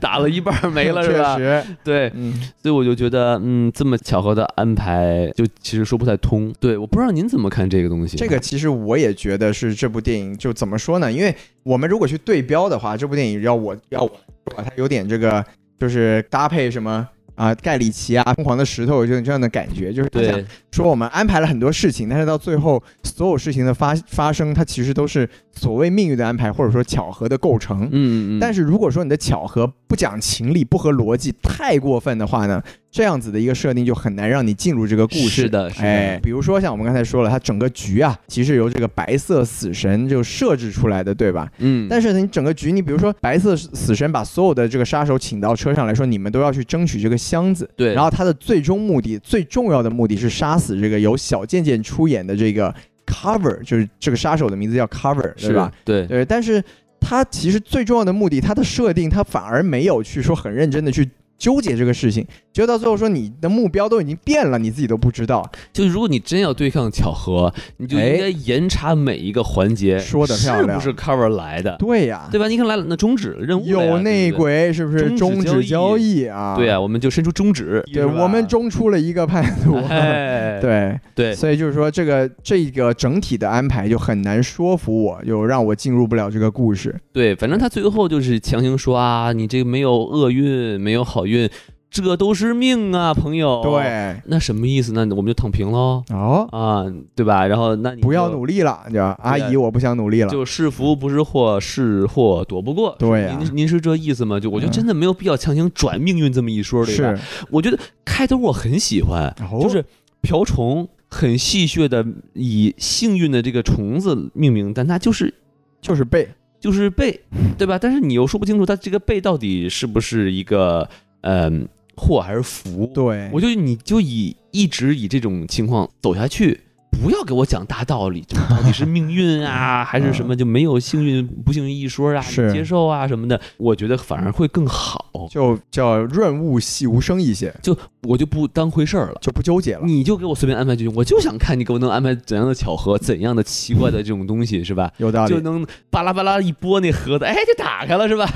Speaker 2: 打了一半儿 [laughs] 没了是吧？
Speaker 1: 确实，
Speaker 2: 对，
Speaker 1: 嗯，
Speaker 2: 所以我就觉得，嗯，这么巧合的安排，就其实说不太通。对，我不知道您怎么看这个东西。
Speaker 1: 这个其实我也觉得是这部电影，就怎么说呢？因为我们如果去对标的话，这部电影要我要我来说啊，它有点这个就是搭配什么。啊，盖里奇啊，疯狂的石头，有点这样的感觉，就是他想
Speaker 2: 对嗯
Speaker 1: 说我们安排了很多事情，但是到最后所有事情的发发生，它其实都是所谓命运的安排，或者说巧合的构成。
Speaker 2: 嗯，嗯嗯，
Speaker 1: 但是如果说你的巧合不讲情理、不合逻辑、太过分的话呢，这样子的一个设定就很难让你进入这个故事。
Speaker 2: 是的是的
Speaker 1: 哎，比如说像我们刚才说了，它整个局啊，其实由这个白色死神就设置出来的，对吧？
Speaker 2: 嗯，
Speaker 1: 但是你整个局，你比如说白色死神把所有的这个杀手请到车上来说，你们都要去争取这个箱子。
Speaker 2: 对，
Speaker 1: 然后他的最终目的，最重要的目的是杀死这个由小贱贱出演的这个 Cover，就是这个杀手的名字叫 Cover，
Speaker 2: 是
Speaker 1: 对吧？？
Speaker 2: 对，
Speaker 1: 对，但是他其实最重要的目的，他的设定他反而没有去说很认真的去纠结这个事情，结果到最后说你的目标都已经变了，你自己都不知道，
Speaker 2: 就如果你真要对抗巧合，你就应该严查每一个环节，
Speaker 1: 哎说得漂亮
Speaker 2: 是不是 cover 来的，
Speaker 1: 对呀、
Speaker 2: 对吧？你看来了，那终止了任务了呀
Speaker 1: 有内，鬼是不是
Speaker 2: 终
Speaker 1: 终
Speaker 2: 止
Speaker 1: 止交
Speaker 2: 交
Speaker 1: 易啊？
Speaker 2: 对不对对啊，我们就伸出中指，
Speaker 1: 对，
Speaker 2: 是吧
Speaker 1: 我们中出了一个叛徒。
Speaker 2: [laughs] 哎，
Speaker 1: [laughs] 对，
Speaker 2: 对，
Speaker 1: 所以就是说，这个这个整体的安排就很难说服我，就让我进入不了这个故事。
Speaker 2: 对，反正他最后就是强行说啊，你这个没有厄运，没有好运，这都是命啊，朋友。，
Speaker 1: 对，
Speaker 2: 那什么意思呢？那我们就躺平喽
Speaker 1: 哦，
Speaker 2: 啊，对吧？然后那你
Speaker 1: 不要
Speaker 2: 就
Speaker 1: 努力了，你知道，阿姨，我不想努力了。
Speaker 2: 就是福不是祸，是祸躲不过。
Speaker 1: 对啊呀
Speaker 2: 您您是这意思吗？就我觉得
Speaker 1: 嗯
Speaker 2: 真的没有必要强行转命运这么一说，对吧？
Speaker 1: 是，哦
Speaker 2: 我觉得开头我很喜欢，就
Speaker 1: 就是
Speaker 2: 瓢虫很戏谑的以幸运的这个虫子命名，但它就是
Speaker 1: 就是被
Speaker 2: 就是背，对吧？但是你又说不清楚它这个背到底是不是一个嗯祸还是福。
Speaker 1: 对，
Speaker 2: 我就你就以一直以这种情况走下去，不要给我讲大道理，这到底是命
Speaker 1: [laughs]
Speaker 2: 运啊，还是什么就没有幸运不幸运一说啊，
Speaker 1: 嗯是
Speaker 2: 你接受啊什么的，我觉得反而会更好，
Speaker 1: 就叫润物细无声一些，
Speaker 2: 就我就不当回事儿了。
Speaker 1: 就不纠结了。
Speaker 2: 你就给我随便安排剧情，我就想看你给我能安排怎样的巧合，怎样的奇怪的这种东西，是吧？
Speaker 1: 有道
Speaker 2: 就
Speaker 1: 理，
Speaker 2: 能巴拉巴拉一拨那盒子，哎，就打开了，是吧？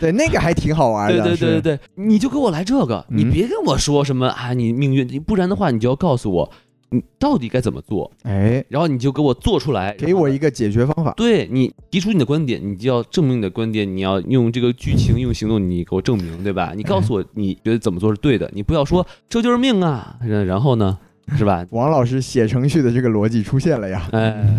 Speaker 1: 对那个还挺好玩
Speaker 2: 对
Speaker 1: 的。
Speaker 2: 对对对
Speaker 1: 是，
Speaker 2: 对，你就给我来这个，
Speaker 1: 嗯
Speaker 2: 你别跟我说什么啊，你命运，你不然的话，你就要告诉我你到底该怎么做，
Speaker 1: 哎，
Speaker 2: 然后你就给我做出来，
Speaker 1: 给我一个解决方法。
Speaker 2: 对你提出你的观点，你就要证明你的观点，你要用这个剧情、用行动，你给我证明，对吧？你告诉我你觉得怎么做是对的，你不要说这就是命啊，然然后呢，是吧？
Speaker 1: 王老师写程序的这个逻辑出现了呀。 [laughs]
Speaker 2: 哎，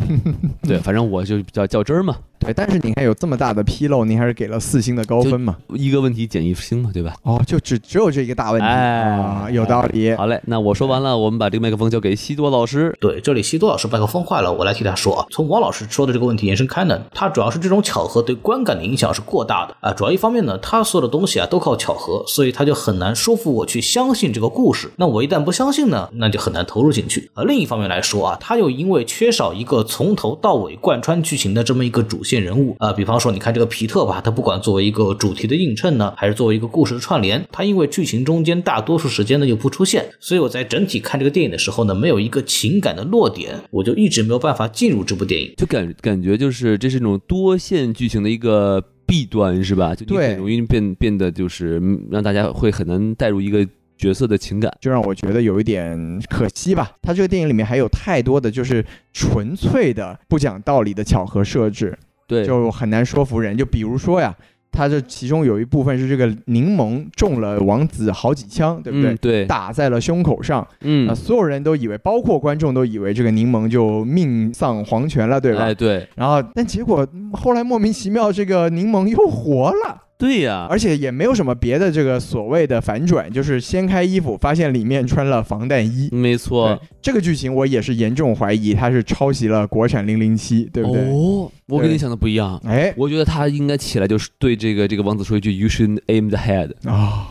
Speaker 2: 对，反正我就比较较真儿嘛，
Speaker 1: 对，但是你看有这么大的纰漏，您还是给了四星的高分嘛？
Speaker 2: 一个问题减一星嘛，对吧？
Speaker 1: 哦，就只只有这一个大问题
Speaker 2: 哎
Speaker 1: 啊，有道理。
Speaker 2: 好嘞，那我说完了，我们把这个麦克风交给西多老师。
Speaker 3: 对，这里西多老师麦克风坏了，我来替他说啊。从王老师说的这个问题延伸开呢，它主要是这种巧合对观感的影响是过大的啊。主要一方面呢，他所有的东西啊都靠巧合，所以他就很难说服我去相信这个故事。那我一旦不相信呢，那就很难投入进去。而另一方面来说啊，他又因为缺少一个从头到尾贯穿剧情的这么一个主线人物啊，比方说你看这个皮特吧，他不管作为一个主题的映衬呢，还是作为一个故事的串联，他因为剧情中间大多数时间呢又不出现，所以我在整体看这个电影的时候呢，没有一个情感的落点，我就一直没有办法进入这部电影。
Speaker 2: 就感感觉就是这是一种多线剧情的一个弊端，是吧？就你
Speaker 1: 对
Speaker 2: 很容易变变得就是嗯让大家会很难带入一个角色的情感。
Speaker 1: 就让我觉得有一点可惜吧。他这个电影里面还有太多的就是纯粹的不讲道理的巧合设置，
Speaker 2: 对，
Speaker 1: 就很难说服人。就比如说呀，他这其中有一部分是这个柠檬中了王子好几枪，对不对？
Speaker 2: 嗯对，
Speaker 1: 打在了胸口上，啊、
Speaker 2: 嗯，
Speaker 1: 所有人都以为，包括观众都以为这个柠檬就命丧黄泉了，对吧？
Speaker 2: 哎，对，
Speaker 1: 然后，但结果嗯后来莫名其妙，这个柠檬又活了，
Speaker 2: 对呀、
Speaker 1: 而且也没有什么别的这个所谓的反转，就是掀开衣服发现里面穿了防弹衣。
Speaker 2: 没
Speaker 1: 对
Speaker 2: 错。，
Speaker 1: 这个剧情我也是严重怀疑它是抄袭了国产《零零七》，对不对？
Speaker 2: 哦，我跟
Speaker 1: 对
Speaker 2: 你想的不一样。
Speaker 1: 哎
Speaker 2: 我觉得他应该起来就是对这个这个王子说一句 “You should aim the head”，
Speaker 1: [laughs] 啊、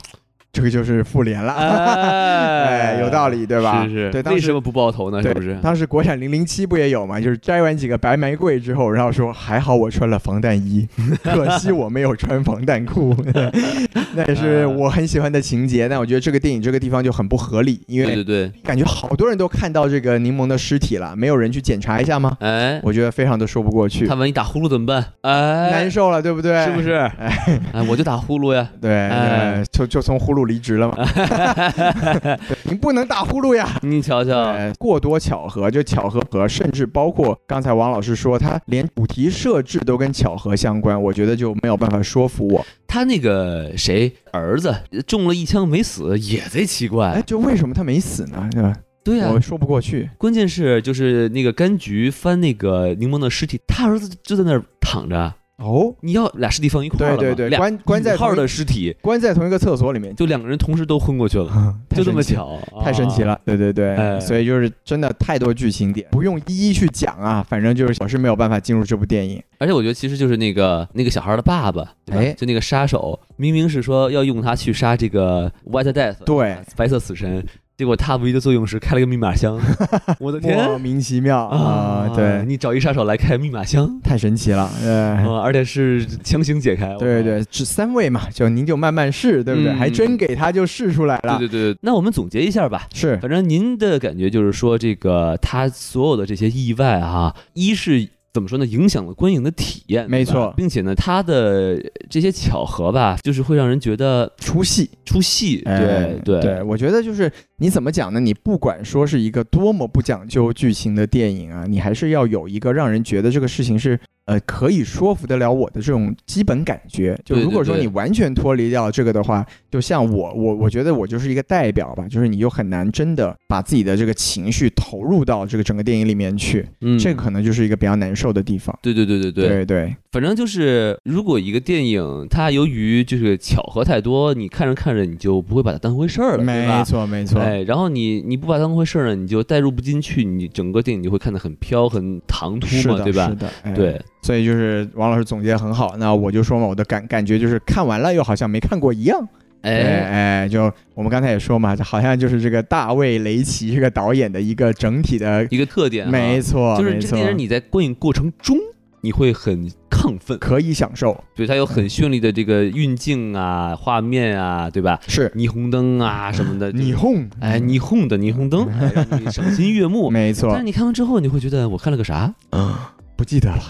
Speaker 1: 这个就是复联了。
Speaker 2: 哎
Speaker 1: [laughs] 哎有道理对吧
Speaker 2: 是是，
Speaker 1: 对当时
Speaker 2: 为什么不爆头呢？
Speaker 1: 对
Speaker 2: 是不是，？
Speaker 1: 当时国产零零七不也有嘛？就是摘完几个白玫瑰之后，然后说还好我穿了防弹
Speaker 2: [laughs]
Speaker 1: 衣，可惜我没有穿防弹裤。 [laughs] 那也是我很喜欢的情节，但我觉得这个电影这个地方就很不合理，因
Speaker 2: 对
Speaker 1: 为
Speaker 2: 对对，
Speaker 1: 感觉好多人都看到这个柠檬的尸体了，没有人去检查一下吗？
Speaker 2: 哎，
Speaker 1: 我觉得非常的说不过去
Speaker 2: 他，万一打呼噜怎么办？哎，
Speaker 1: 难受了，对不对？
Speaker 2: 是不？是？哎，我就打呼噜呀。
Speaker 1: 对，
Speaker 2: 哎
Speaker 1: 对就就从呼噜离职了嘛。对你不能打呼噜呀。
Speaker 2: [laughs] 你瞧瞧，
Speaker 1: 呃，过多巧合，就巧合和，甚至包括刚才王老师说，他连主题设置都跟巧合相关，我觉得就没有办法说服我。
Speaker 2: 他那个谁儿子中了一枪没死，也贼奇
Speaker 1: 哎，
Speaker 2: 怪。
Speaker 1: 就为什么他没死呢？对吧？
Speaker 2: 对啊呀、
Speaker 1: 我说不过去。
Speaker 2: 关键是就是那个柑橘翻那个柠檬的尸体，他儿子就在那儿躺着。
Speaker 1: 哦，
Speaker 2: 你要俩尸体放一块
Speaker 1: 对
Speaker 2: 儿了吗
Speaker 1: 对对，
Speaker 2: 俩
Speaker 1: 关关在
Speaker 2: 一号
Speaker 1: 同
Speaker 2: 的尸体，
Speaker 1: 关在同一个厕所里面，
Speaker 2: 就两个人同时都昏过去了，
Speaker 1: [laughs] 太
Speaker 2: 就这么
Speaker 1: 神奇了。
Speaker 2: 巧，
Speaker 1: 太神奇
Speaker 2: 啊
Speaker 1: 了，对对对，
Speaker 2: 哎
Speaker 1: 所以就是真的太多剧情点，不用一一去讲啊，反正就是我是没有办法进入这部电影。
Speaker 2: 而且我觉得其实就是那个那个小孩的爸爸，对吧
Speaker 1: 哎
Speaker 2: 就那个杀手，明明是说要用他去杀这个 White Death，
Speaker 1: 对，
Speaker 2: 白色死神，结果他唯一的作用是开了个密
Speaker 1: [laughs]
Speaker 2: 码箱，我的天
Speaker 1: 莫名其妙啊、对，
Speaker 2: 你找一杀手来开密码箱。
Speaker 1: 太神奇了，呃，
Speaker 2: 啊、而且是强行解开，我
Speaker 1: 对对，只三位嘛，就您就慢慢试，对不对？
Speaker 2: 嗯
Speaker 1: 还真给他就试出来
Speaker 2: 靠
Speaker 1: 了，
Speaker 2: 对对对对。那我们总结一下吧，
Speaker 1: 是
Speaker 2: 反正您的感觉就是说，这个他所有的这些意外啊，一是怎么说呢，影响了观影的体验，
Speaker 1: 没
Speaker 2: 对吧
Speaker 1: 错
Speaker 2: 并且呢，他的这些巧合吧，就是会让人觉得
Speaker 1: 出戏。
Speaker 2: 出戏，对、
Speaker 1: 哎
Speaker 2: 对
Speaker 1: 对，我觉得就是你怎么讲呢？你不管说是一个多么不讲究剧情的电影啊，你还是要有一个让人觉得这个事情是呃可以说服得了我的这种基本感觉。就
Speaker 2: 对
Speaker 1: 如果
Speaker 2: 对
Speaker 1: 说
Speaker 2: 对
Speaker 1: 你完全脱离掉这个的话，就像我我我觉得我就是一个代表吧，就是你又很难真的把自己的这个情绪投入到这个整个电影里面去，
Speaker 2: 嗯，
Speaker 1: 这个可能就是一个比较难受的地方。
Speaker 2: 对对对对对，
Speaker 1: 对对，
Speaker 2: 反正就是，如果一个电影它由于就是巧合太多，你看着看着你就不会把它当回事儿了，对
Speaker 1: 没
Speaker 2: 吧？
Speaker 1: 错没错。
Speaker 2: 哎，然后你你不把它当回事儿呢，你就代入不进去，你整个电影就会看得很飘、很唐突
Speaker 1: 是
Speaker 2: 嘛，
Speaker 1: 的，
Speaker 2: 对吧
Speaker 1: 是？的，哎、。
Speaker 2: 对，
Speaker 1: 所以就是王老师总结得很好，那我就说嘛，我的感感觉就是看完了又好像没看过一样，
Speaker 2: 哎，
Speaker 1: 哎哎，就我们刚才也说嘛，好像就是这个大卫雷奇这个导演的一个整体的，
Speaker 2: 一个特点啊，
Speaker 1: 没错，
Speaker 2: 就是
Speaker 1: 没
Speaker 2: 这
Speaker 1: 错
Speaker 2: 个电影你在观影过程中你会很亢奋，
Speaker 1: 可以享受，
Speaker 2: 对，它有很绚丽的这个运镜啊、画面啊，对吧？
Speaker 1: 是
Speaker 2: 霓虹灯啊什么的，就是
Speaker 1: 霓虹，嗯
Speaker 2: 哎，霓虹的霓虹灯，哎让你赏心悦目。
Speaker 1: 没
Speaker 2: 但
Speaker 1: 错
Speaker 2: 是，你看完之后，你会觉得我看了个啥？
Speaker 1: 不记得了，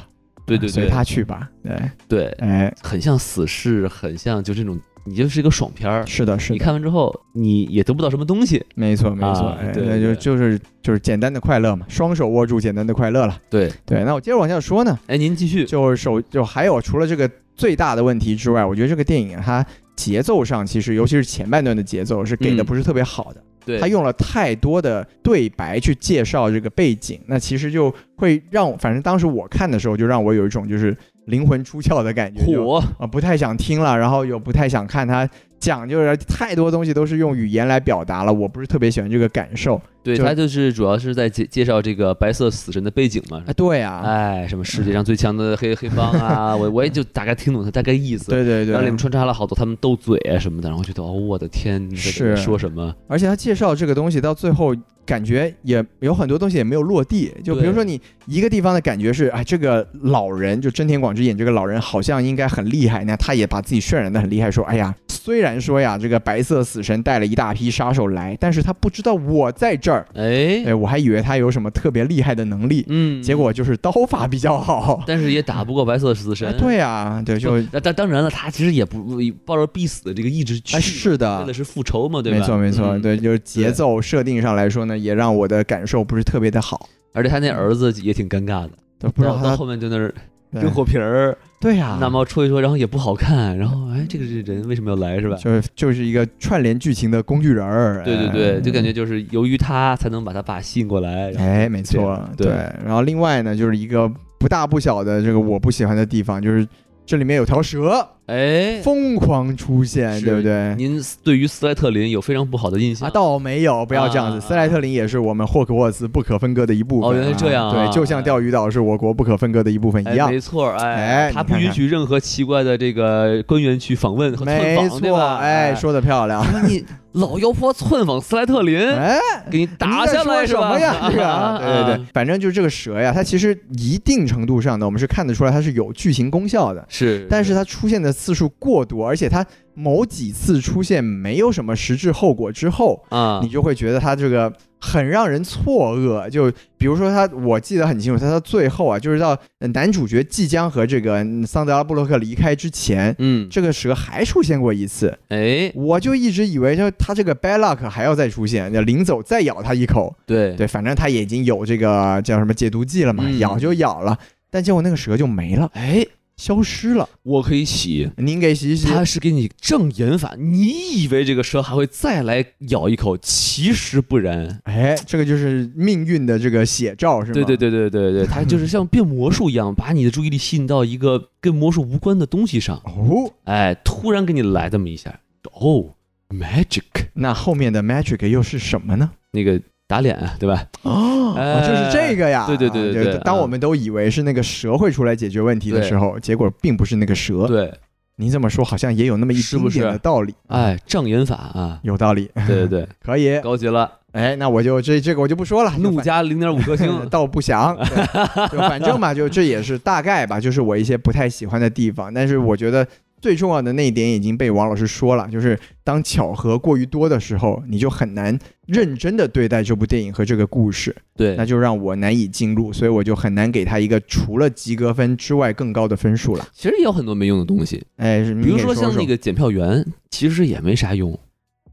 Speaker 2: 对对
Speaker 1: 随
Speaker 2: 对
Speaker 1: 他去吧，对，
Speaker 2: 对，
Speaker 1: 哎，
Speaker 2: 很像死侍，很像就这种，你就是一个爽片儿。
Speaker 1: 是的，是
Speaker 2: 你
Speaker 1: 的，
Speaker 2: 看完之后，你也得不到什么东西。
Speaker 1: 没错，没错，
Speaker 2: 啊
Speaker 1: 哎，
Speaker 2: 对
Speaker 1: 那就
Speaker 2: 对
Speaker 1: 就是就是简单的快乐嘛，双手握住简单的快乐了。
Speaker 2: 对，
Speaker 1: 对，那我接着往下说呢，
Speaker 2: 哎，您继续。
Speaker 1: 就是手就还有除了这个最大的问题之外，我觉得这个电影它节奏上其实尤其是前半段的节奏是给的
Speaker 2: 嗯
Speaker 1: 不是特别好的。
Speaker 2: 对，
Speaker 1: 他用了太多的对白去介绍这个背景，那其实就会让我，反正当时我看的时候，就让我有一种就是灵魂出窍的感觉，就啊、
Speaker 2: 火，
Speaker 1: 不太想听了，然后又不太想看他讲，就是太多东西都是用语言来表达了，我不是特别喜欢这个感受。
Speaker 2: 对
Speaker 1: 就
Speaker 2: 他就是主要是在介介绍这个白色死神的背景嘛。
Speaker 1: 啊，对啊，
Speaker 2: 哎，什么世界上最强的黑黑帮
Speaker 1: [laughs]
Speaker 2: 啊，我我也就大概听懂他大概意思。
Speaker 1: 对对
Speaker 2: 然后里面
Speaker 1: 对，
Speaker 2: 穿插了好多他们斗嘴啊什么的，然后觉得哦，我的天，你在这
Speaker 1: 是
Speaker 2: 里说什么？
Speaker 1: 而且他介绍这个东西到最后。感觉也有很多东西也没有落地，就比如说
Speaker 2: 对
Speaker 1: 你一个地方的感觉是，哎，这个老人就真田广之演这个老人好像应该很厉害，那他也把自己渲染的很厉害，说，哎呀，虽然说呀，这个白色死神带了一大批杀手来，但是他不知道我在这儿，
Speaker 2: 哎，
Speaker 1: 哎，我还以为他有什么特别厉害的能力，
Speaker 2: 嗯，
Speaker 1: 结果就是刀法比较
Speaker 2: [laughs]
Speaker 1: 好。
Speaker 2: 但是也打不过白色死
Speaker 1: 哎
Speaker 2: 神。
Speaker 1: 对啊，对，就
Speaker 2: 不，那当当然了，他其实也不抱着必死的这个意志去
Speaker 1: 哎，，是
Speaker 2: 为
Speaker 1: 的
Speaker 2: 了。是复仇嘛，对吧？
Speaker 1: 没错，没错，
Speaker 2: 嗯。
Speaker 1: 对，就是节
Speaker 2: 对
Speaker 1: 奏设定上来说呢，也让我的感受不是特别的好，
Speaker 2: 而且他那儿子也挺尴尬的，
Speaker 1: 都不知道
Speaker 2: 到到
Speaker 1: 他
Speaker 2: 后面就那儿
Speaker 1: 对啊
Speaker 2: 扔火瓶儿，
Speaker 1: 对呀，
Speaker 2: 那么戳一戳，然后也不好看，然后哎，这个人为什么要来是吧？
Speaker 1: 就是就是一个串联剧情的工具人儿。
Speaker 2: 对对
Speaker 1: 哎
Speaker 2: 对，就感觉就是由于他才能把他爸吸引过来，然后
Speaker 1: 哎，没错，
Speaker 2: 对
Speaker 1: 然后另外呢，就是一个不大不小的这个我不喜欢的地方，就是这里面有条蛇
Speaker 2: 哎，
Speaker 1: 疯狂出现，
Speaker 2: 是
Speaker 1: 对不对？
Speaker 2: 哎您对于斯莱特林有非常不好的印象
Speaker 1: 啊，？倒没有，不要这样子。
Speaker 2: 啊
Speaker 1: 斯莱特林也是我们霍格沃茨不可分割的一部分、
Speaker 2: 哦原来这样啊
Speaker 1: 对，就像钓鱼岛是我国不可分割的一部分一
Speaker 2: 哎
Speaker 1: 样。
Speaker 2: 没错，
Speaker 1: 哎
Speaker 2: 哎，他
Speaker 1: 你看
Speaker 2: 不
Speaker 1: 看
Speaker 2: 允许任何奇怪的这个官员去访问和
Speaker 1: 没
Speaker 2: 探访，对
Speaker 1: 错，
Speaker 2: 吧？
Speaker 1: 哎，说的漂亮。
Speaker 2: 说你老妖婆 [laughs] 窜访斯莱特林，
Speaker 1: [laughs] 哎，
Speaker 2: 给你打下来
Speaker 1: 你在说
Speaker 2: 是
Speaker 1: 什
Speaker 2: 吧？
Speaker 1: 么 [laughs]
Speaker 2: [laughs]
Speaker 1: 呀？这个啊，
Speaker 2: 啊
Speaker 1: 对对对，，反正就是这个蛇呀，它其实一定程度上呢，我们是看得出来它是有剧情功效的。
Speaker 2: 是，
Speaker 1: 但是它出现的次数过多，而且它某几次出现没有什么实质后果之后，
Speaker 2: 啊，
Speaker 1: 你就会觉得它这个很让人错愕。就比如说它，我记得很清楚，它到最后啊，就是到呃男主角即将和这个嗯桑德拉布洛克离开之前。
Speaker 2: 嗯，
Speaker 1: 这个蛇还出现过一次，
Speaker 2: 哎，
Speaker 1: 我就一直以为就它这个 b a d luck 还要再出现，就临走再咬它一口。
Speaker 2: 对，
Speaker 1: 对，反正它已经有这个叫什么解毒剂了嘛，
Speaker 2: 嗯
Speaker 1: 咬就咬了，但结果那个蛇就没了，
Speaker 2: 哎，
Speaker 1: 消失了。
Speaker 2: 我可以洗。
Speaker 1: 您给洗一洗，
Speaker 2: 他是给你正眼法，你以为这个蛇还会再来咬一口，其实不然。
Speaker 1: 哎，这个就是命运的这个写照，是吗？
Speaker 2: 对对，对对对对，他就是像变魔术一样，把你的注意力吸引到一个跟魔术无关的东西上，
Speaker 1: 哦，
Speaker 2: 哎，突然给你来这么一下，哦，magic，
Speaker 1: 那后面的 magic 又是什么呢？
Speaker 2: 那个打脸啊，对吧？
Speaker 1: 哦
Speaker 2: 哎
Speaker 1: 就是这个呀。
Speaker 2: 对对对对对
Speaker 1: 啊就当
Speaker 2: 啊
Speaker 1: 我们都以为是那个蛇会出来解决问题的时候，结果并不是那个蛇。
Speaker 2: 对，
Speaker 1: 您这么说好像也有那么一
Speaker 2: 是
Speaker 1: 丁
Speaker 2: 不是
Speaker 1: 点的道理。
Speaker 2: 哎，障眼法啊，
Speaker 1: 有道理，
Speaker 2: 对对对，
Speaker 1: 可以。
Speaker 2: 高级了，
Speaker 1: 哎，那我就这这个我就不说了，
Speaker 2: [laughs] 怒加零点五
Speaker 1: 就
Speaker 2: 颗星
Speaker 1: 反， [laughs] 倒不
Speaker 2: [laughs]
Speaker 1: 详。对就反正吧，就这也是大概吧，就是我一些不太喜欢的地方。但是我觉得最重要的那一点已经被王老师说了，就是当巧合过于多的时候，你就很难认真的对待这部电影和这个故事，
Speaker 2: [laughs] 对
Speaker 1: 那，就让我难以进入，所以我就很难给他一个除了及格分之外更高的分数了。
Speaker 2: 其实也有很多没用的东西，
Speaker 1: 哎，
Speaker 2: 比如
Speaker 1: 说
Speaker 2: 说像那个检票员，其实也没啥用，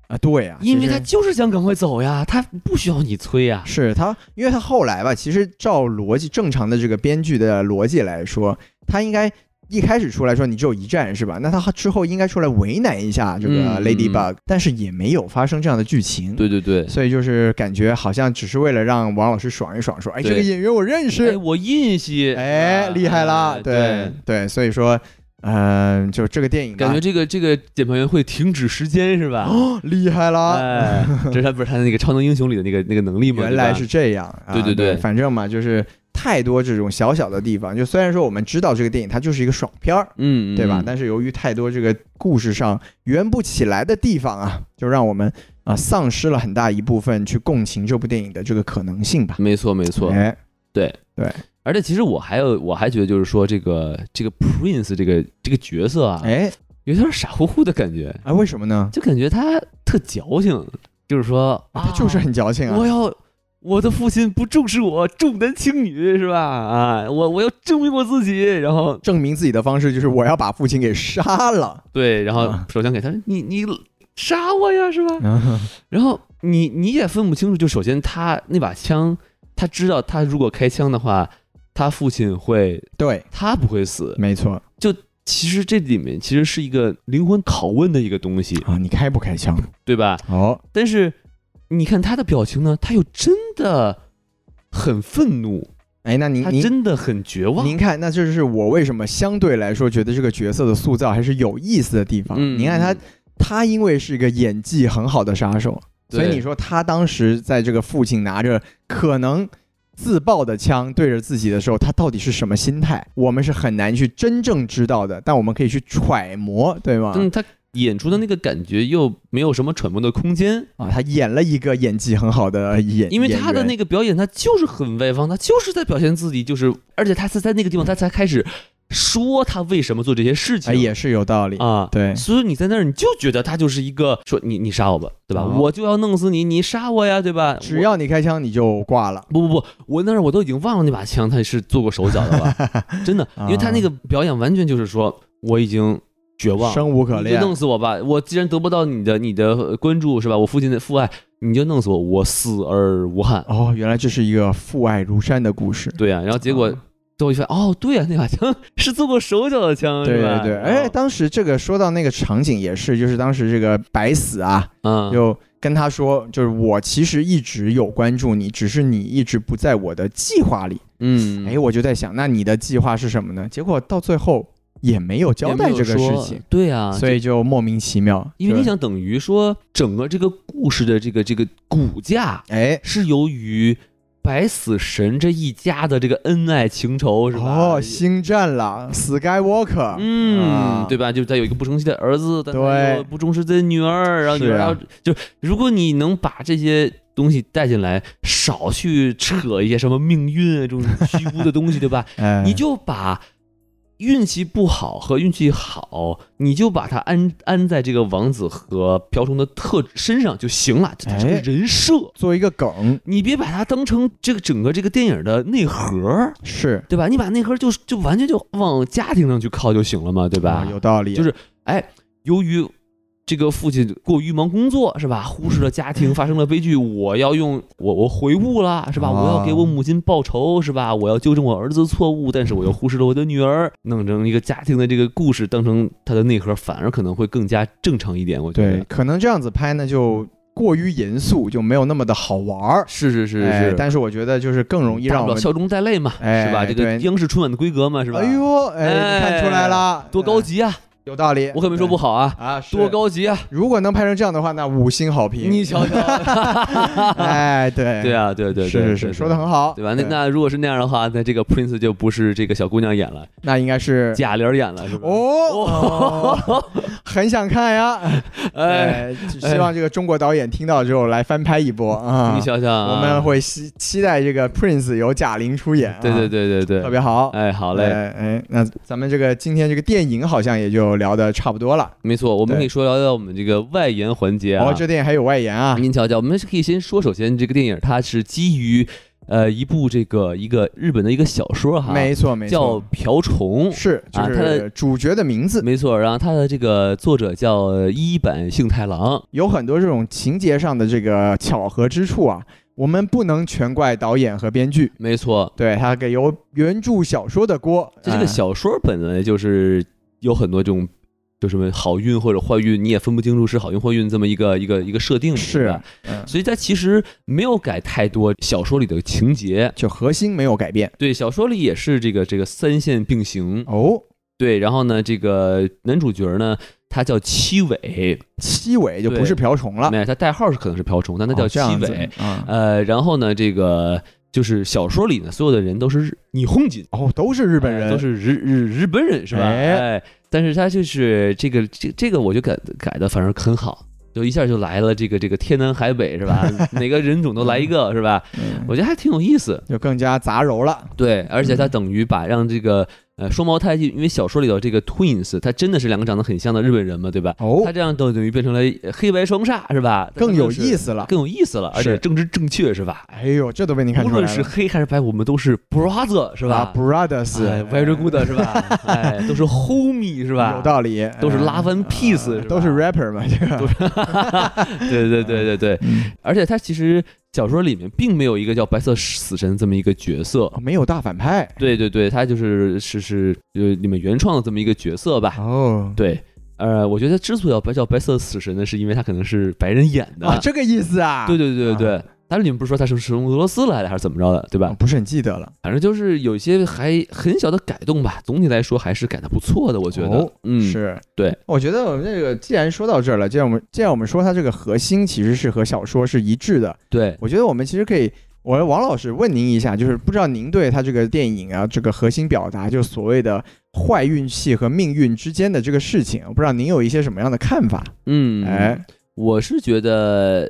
Speaker 1: 啊，对呀、
Speaker 2: [laughs] 因为
Speaker 1: 其实
Speaker 2: 他就是想赶快走呀，他不需要你催呀。
Speaker 1: 是他，因为他后来吧，其实照逻辑正常的这个编剧的逻辑来说，他应该一开始出来说你只有一站是吧？那他之后应该出来为难一下这个
Speaker 2: 嗯
Speaker 1: Ladybug，、但是也没有发生这样的剧情。
Speaker 2: 对对对，
Speaker 1: 所以就是感觉好像只是为了让王老师爽一爽，说哎
Speaker 2: 对
Speaker 1: 这个演员我认
Speaker 2: 哎，
Speaker 1: 识，
Speaker 2: 我印戏，
Speaker 1: 哎
Speaker 2: 啊
Speaker 1: 厉害啦，
Speaker 2: 哎
Speaker 1: 对对，所以说嗯、就这个电影吧
Speaker 2: 感觉这个这个检票员会停止时间是吧？
Speaker 1: 哦厉害啦。[laughs]
Speaker 2: 啊哎，这是他不是他那个超能英雄里的那个那个能力吗？
Speaker 1: 原来
Speaker 2: 对吧
Speaker 1: 是这样，啊、
Speaker 2: 对对
Speaker 1: 对
Speaker 2: 对
Speaker 1: 反正嘛，就是太多这种小小的地方。就虽然说我们知道这个电影它就是一个爽片儿，
Speaker 2: 嗯，
Speaker 1: 对吧？
Speaker 2: 嗯
Speaker 1: 但是由于太多这个故事上圆不起来的地方啊，就让我们啊丧失了很大一部分去共情这部电影的这个可能性吧。
Speaker 2: 没错没错，
Speaker 1: 哎，
Speaker 2: 对
Speaker 1: 对。
Speaker 2: 而且其实我还有，我还觉得就是说，这个这个 Prince 这个这个角色啊，
Speaker 1: 哎
Speaker 2: 有点傻乎乎的感觉，
Speaker 1: 哎，为什么呢？
Speaker 2: 就感觉他特矫情，就是说，啊、
Speaker 1: 他就是很矫情啊
Speaker 2: 我。要我的父亲不重视我重男轻女是吧？啊，我我要证明我自己，然后
Speaker 1: 证明自己的方式就是我要把父亲给杀
Speaker 2: [laughs]
Speaker 1: 了。
Speaker 2: 对，然后
Speaker 1: 啊
Speaker 2: 首先给他，你你杀我呀是吧？
Speaker 1: 嗯
Speaker 2: 然后你你也分不清楚，就首先他那把枪，他知道他如果开枪的话，他父亲会
Speaker 1: 对，
Speaker 2: 他不会死。
Speaker 1: 没错
Speaker 2: 其实这里面其实是一个灵魂拷问的一个东西，
Speaker 1: 啊，你开不开枪？
Speaker 2: 对吧？
Speaker 1: 哦，
Speaker 2: 但是你看他的表情呢，他又真的很愤怒，
Speaker 1: 哎，那您
Speaker 2: 他
Speaker 1: 您
Speaker 2: 真的很绝望。
Speaker 1: 您看，那就是我为什么相对来说觉得这个角色的塑造还是有意思的地方。
Speaker 2: 嗯
Speaker 1: 您看他，他因为是一个演技很好的杀手，所以
Speaker 2: 对
Speaker 1: 你说他当时在这个父亲拿着可能自爆的枪对着自己的时候，他到底是什么心态？我们是很难去真正知道的，但我们可以去揣摩，对吗？
Speaker 2: 但嗯他演出的那个感觉又没有什么揣摩的空间，
Speaker 1: 啊，他演了一个演技很好的演，
Speaker 2: 因为他的
Speaker 1: 演员
Speaker 2: 那个表演，他就是很外放，他就是在表现自己，就是而且他是在那个地方，他才开始说他为什么做这些事情
Speaker 1: 哎也是有道理，
Speaker 2: 啊。
Speaker 1: 对，
Speaker 2: 所以你在那儿，你就觉得他就是一个说你你杀我吧，对吧？
Speaker 1: 哦
Speaker 2: 我就要弄死你，你杀我呀，对吧？
Speaker 1: 只要你开枪你就挂了。
Speaker 2: 不不不，我那儿我都已经忘了那把枪他是做过手脚
Speaker 1: [laughs]
Speaker 2: 的了，真的，
Speaker 1: 啊
Speaker 2: 因为他那个表演完全就是说我已经绝望，
Speaker 1: 生无可
Speaker 2: 你就
Speaker 1: 恋
Speaker 2: 弄死我吧！我既然得不到你的你的呃关注是吧？我父亲的父爱，你就弄死我，我死而无憾。
Speaker 1: 哦，原来这是一个父爱如山的故事。
Speaker 2: 对呀、然后结果
Speaker 1: 啊
Speaker 2: 最后一发现，哦，对呀、那把枪 [laughs] 是做过手脚的枪，
Speaker 1: 对
Speaker 2: 嗯是吧哦
Speaker 1: 对对，哎，，当时这个说到那个场景也是，就是当时这个白死啊，
Speaker 2: 嗯，
Speaker 1: 就跟他说，就是我其实一直有关注你，只是你一直不在我的计划里。
Speaker 2: 嗯，
Speaker 1: 哎，我就在想，那你的计划是什么呢？结果到最后也没有交
Speaker 2: 也
Speaker 1: 代
Speaker 2: 没有
Speaker 1: 这个事
Speaker 2: 说
Speaker 1: 情，，
Speaker 2: 对呀、
Speaker 1: 所以就莫名其妙。
Speaker 2: 因为你
Speaker 1: 就，
Speaker 2: 想，等于说整个这个故事的这个这个骨架
Speaker 1: 哎，
Speaker 2: 是由于白死神这一家的这个恩爱情仇，是吧？
Speaker 1: 哦，星战了，Skywalker，
Speaker 2: 嗯
Speaker 1: 啊，
Speaker 2: 对吧？就他有一个不成器的儿子，但他
Speaker 1: 对
Speaker 2: 又不重视自己女儿，然后
Speaker 1: 是
Speaker 2: 女儿要
Speaker 1: 啊
Speaker 2: 就如果你能把这些东西带进来，少去扯一些什么命运啊这种虚无的东西，对吧？
Speaker 1: [laughs] 哎
Speaker 2: 你就把运气不好和运气好，你就把它安安在这个王子和瓢虫的特质身上就行了，这它是个
Speaker 1: 哎
Speaker 2: 人设。
Speaker 1: 做一个梗，
Speaker 2: 你别把它当成这个整个这个电影的内核，
Speaker 1: 是
Speaker 2: 对吧？你把内核就是就完全就往家庭上去靠就行了嘛，对吧
Speaker 1: 啊？有道理，
Speaker 2: 就是由于这个父亲过于忙工作，是吧？忽视了家庭，发生了悲剧。我要用我我悔悟了，是吧？
Speaker 1: 啊
Speaker 2: 我要给我母亲报仇，是吧？我要纠正我儿子的错误，但是我又忽视了我的女儿，弄成一个家庭的这个故事，当成它的内核，反而可能会更加正常一点。我觉
Speaker 1: 对
Speaker 2: 得，
Speaker 1: 可能这样子拍呢就过于严肃，就没有那么的好玩儿，
Speaker 2: 是是是
Speaker 1: 哎
Speaker 2: 是，
Speaker 1: 但是我觉得就是更容易
Speaker 2: 大
Speaker 1: 让我
Speaker 2: 不了
Speaker 1: 们，
Speaker 2: 笑中带泪嘛，
Speaker 1: 哎
Speaker 2: 是吧？这个
Speaker 1: 对
Speaker 2: 央视春晚的规格嘛，是吧？
Speaker 1: 哎，呦，哎，你看出来啦，
Speaker 2: 多高
Speaker 1: 哎，
Speaker 2: 级啊！
Speaker 1: 有道理，
Speaker 2: 我可没说不好啊，
Speaker 1: 啊，是
Speaker 2: [laughs] 多。高级啊！
Speaker 1: 如果能拍成这样的话，那五星好评，
Speaker 2: 你 [laughs] 瞧瞧，
Speaker 1: 哎，对
Speaker 2: [laughs] 对，啊，对对对，
Speaker 1: 是是
Speaker 2: 对
Speaker 1: 是，
Speaker 2: 对
Speaker 1: 说的很好，
Speaker 2: 对吧？那那如果是那样的话，那这个 Prince 就不是这个小姑娘演了，
Speaker 1: 那应该是
Speaker 2: 贾玲演了，是吧？
Speaker 1: 哦，很想看呀。
Speaker 2: [laughs] 哎，
Speaker 1: 哎，就希望这个中国导演听到之后来翻拍一波啊！
Speaker 2: 你想想啊，
Speaker 1: 我们会期期待这个 Prince 由贾玲出演、啊，
Speaker 2: 对对，对对
Speaker 1: 特
Speaker 2: 对，
Speaker 1: 别好。
Speaker 2: 哎，好
Speaker 1: 好
Speaker 2: 嘞，
Speaker 1: 哎哎，那咱们这个今天这个电影好像也就聊的差不多了。
Speaker 2: 没错，我们
Speaker 1: 对
Speaker 2: 可以说聊聊我们这个外延环节
Speaker 1: 哦，
Speaker 2: 啊。嗯
Speaker 1: 这电影还有外延啊！
Speaker 2: 您瞧瞧，我们是可以先说，首先这个电影它是基于呃一部这个一个日本的一个小说哈，
Speaker 1: 没错没
Speaker 2: 叫
Speaker 1: 错
Speaker 2: 《瓢虫》。
Speaker 1: 是就
Speaker 2: 啊它的
Speaker 1: 是主角的名字
Speaker 2: 没错，然后它的这个作者叫呃一坂幸太郎，
Speaker 1: 有很多这种情节上的这个巧合之处啊，我们不能全怪导演和编剧，
Speaker 2: 没错，
Speaker 1: 对他给由原著小说的锅。
Speaker 2: 这这个
Speaker 1: 哎
Speaker 2: 小说本来就是有很多这种，就什么好运或者坏运，你也分不清楚是好运坏运这么一个一个一个设定，对
Speaker 1: 是
Speaker 2: 吧，
Speaker 1: 嗯，
Speaker 2: 所以它其实没有改太多小说里的情节。
Speaker 1: 就核心没有改变
Speaker 2: 对，小说里也是这个这个三线并行。
Speaker 1: 哦。
Speaker 2: 对，然后呢，这个男主角呢，他叫七尾，哎
Speaker 1: 七尾就不
Speaker 2: 对
Speaker 1: 是瓢虫了
Speaker 2: 没，有，他代号是可能是瓢虫，但他叫
Speaker 1: 哦
Speaker 2: 七嗯
Speaker 1: 这样子
Speaker 2: 尾。
Speaker 1: 啊。
Speaker 2: 呃，然后呢，这个就是小说里呢，所有的人都是你轰进，
Speaker 1: 哦，都是日
Speaker 2: 日
Speaker 1: 本人，
Speaker 2: 哎都是日日日本人是吧？
Speaker 1: 哎
Speaker 2: 哎，但是他就是这个这这个，我就改改的反正很好，就一下就来了这个这个天南海北是 [laughs] 吧？哪个人种都来一 [laughs] 个是吧？
Speaker 1: 嗯
Speaker 2: 我觉得还挺有意思。嗯
Speaker 1: 就更加杂糅了。
Speaker 2: 对，而且他等于把让这个呃双胞胎，因为小说里头这个 twins，他真的是两个长得很像的日本人嘛，对吧？
Speaker 1: 哦
Speaker 2: 他，这样都等于变成了黑白双煞是吧？
Speaker 1: 更有
Speaker 2: 就是
Speaker 1: 意思了。
Speaker 2: 更有意思了，而且
Speaker 1: 是
Speaker 2: 政治正确是吧？
Speaker 1: 哎呦，这都被你看
Speaker 2: 无
Speaker 1: 出来
Speaker 2: 论
Speaker 1: 了，
Speaker 2: 是黑还是白，我们都是 brother 是吧
Speaker 1: 啊，brothers，
Speaker 2: 哎，very good 是
Speaker 1: [laughs]
Speaker 2: 吧？哎，都是 homie 是吧？
Speaker 1: 有道理，
Speaker 2: 都是
Speaker 1: 哎
Speaker 2: love and peace，
Speaker 1: 都是 rapper 嘛，这个嗯
Speaker 2: 对对对对对，而且他其实小说里面并没有一个叫白色死神这么一个角色
Speaker 1: 哦，没有大反派
Speaker 2: 对对对，他就是是是呃你们原创的这么一个角色吧？ [laughs]
Speaker 1: 哦，
Speaker 2: 对，呃，我觉得之所以要白叫白色死神呢，是因为他可能是白人演的，
Speaker 1: 啊，这个意思啊，
Speaker 2: 对对对对对。但是你们不是说他是从俄罗斯来的还是怎么着的，对吧
Speaker 1: 哦，？不是很记得了，
Speaker 2: 反正就是有一些还很小的改动吧，总体来说还是改的不错的，我觉得。
Speaker 1: 哦
Speaker 2: 嗯，
Speaker 1: 是
Speaker 2: 对，
Speaker 1: 我觉得我们这个既然说到这儿了，既然我们既然我们说它这个核心其实是和小说是一致的，
Speaker 2: 对，
Speaker 1: 我觉得我们其实可以。我王老师问您一下，就是不知道您对他这个电影啊，这个核心表达，就所谓的坏运气和命运之间的这个事情，我不知道您有一些什么样的看法？
Speaker 2: 嗯，
Speaker 1: 哎，
Speaker 2: 我是觉得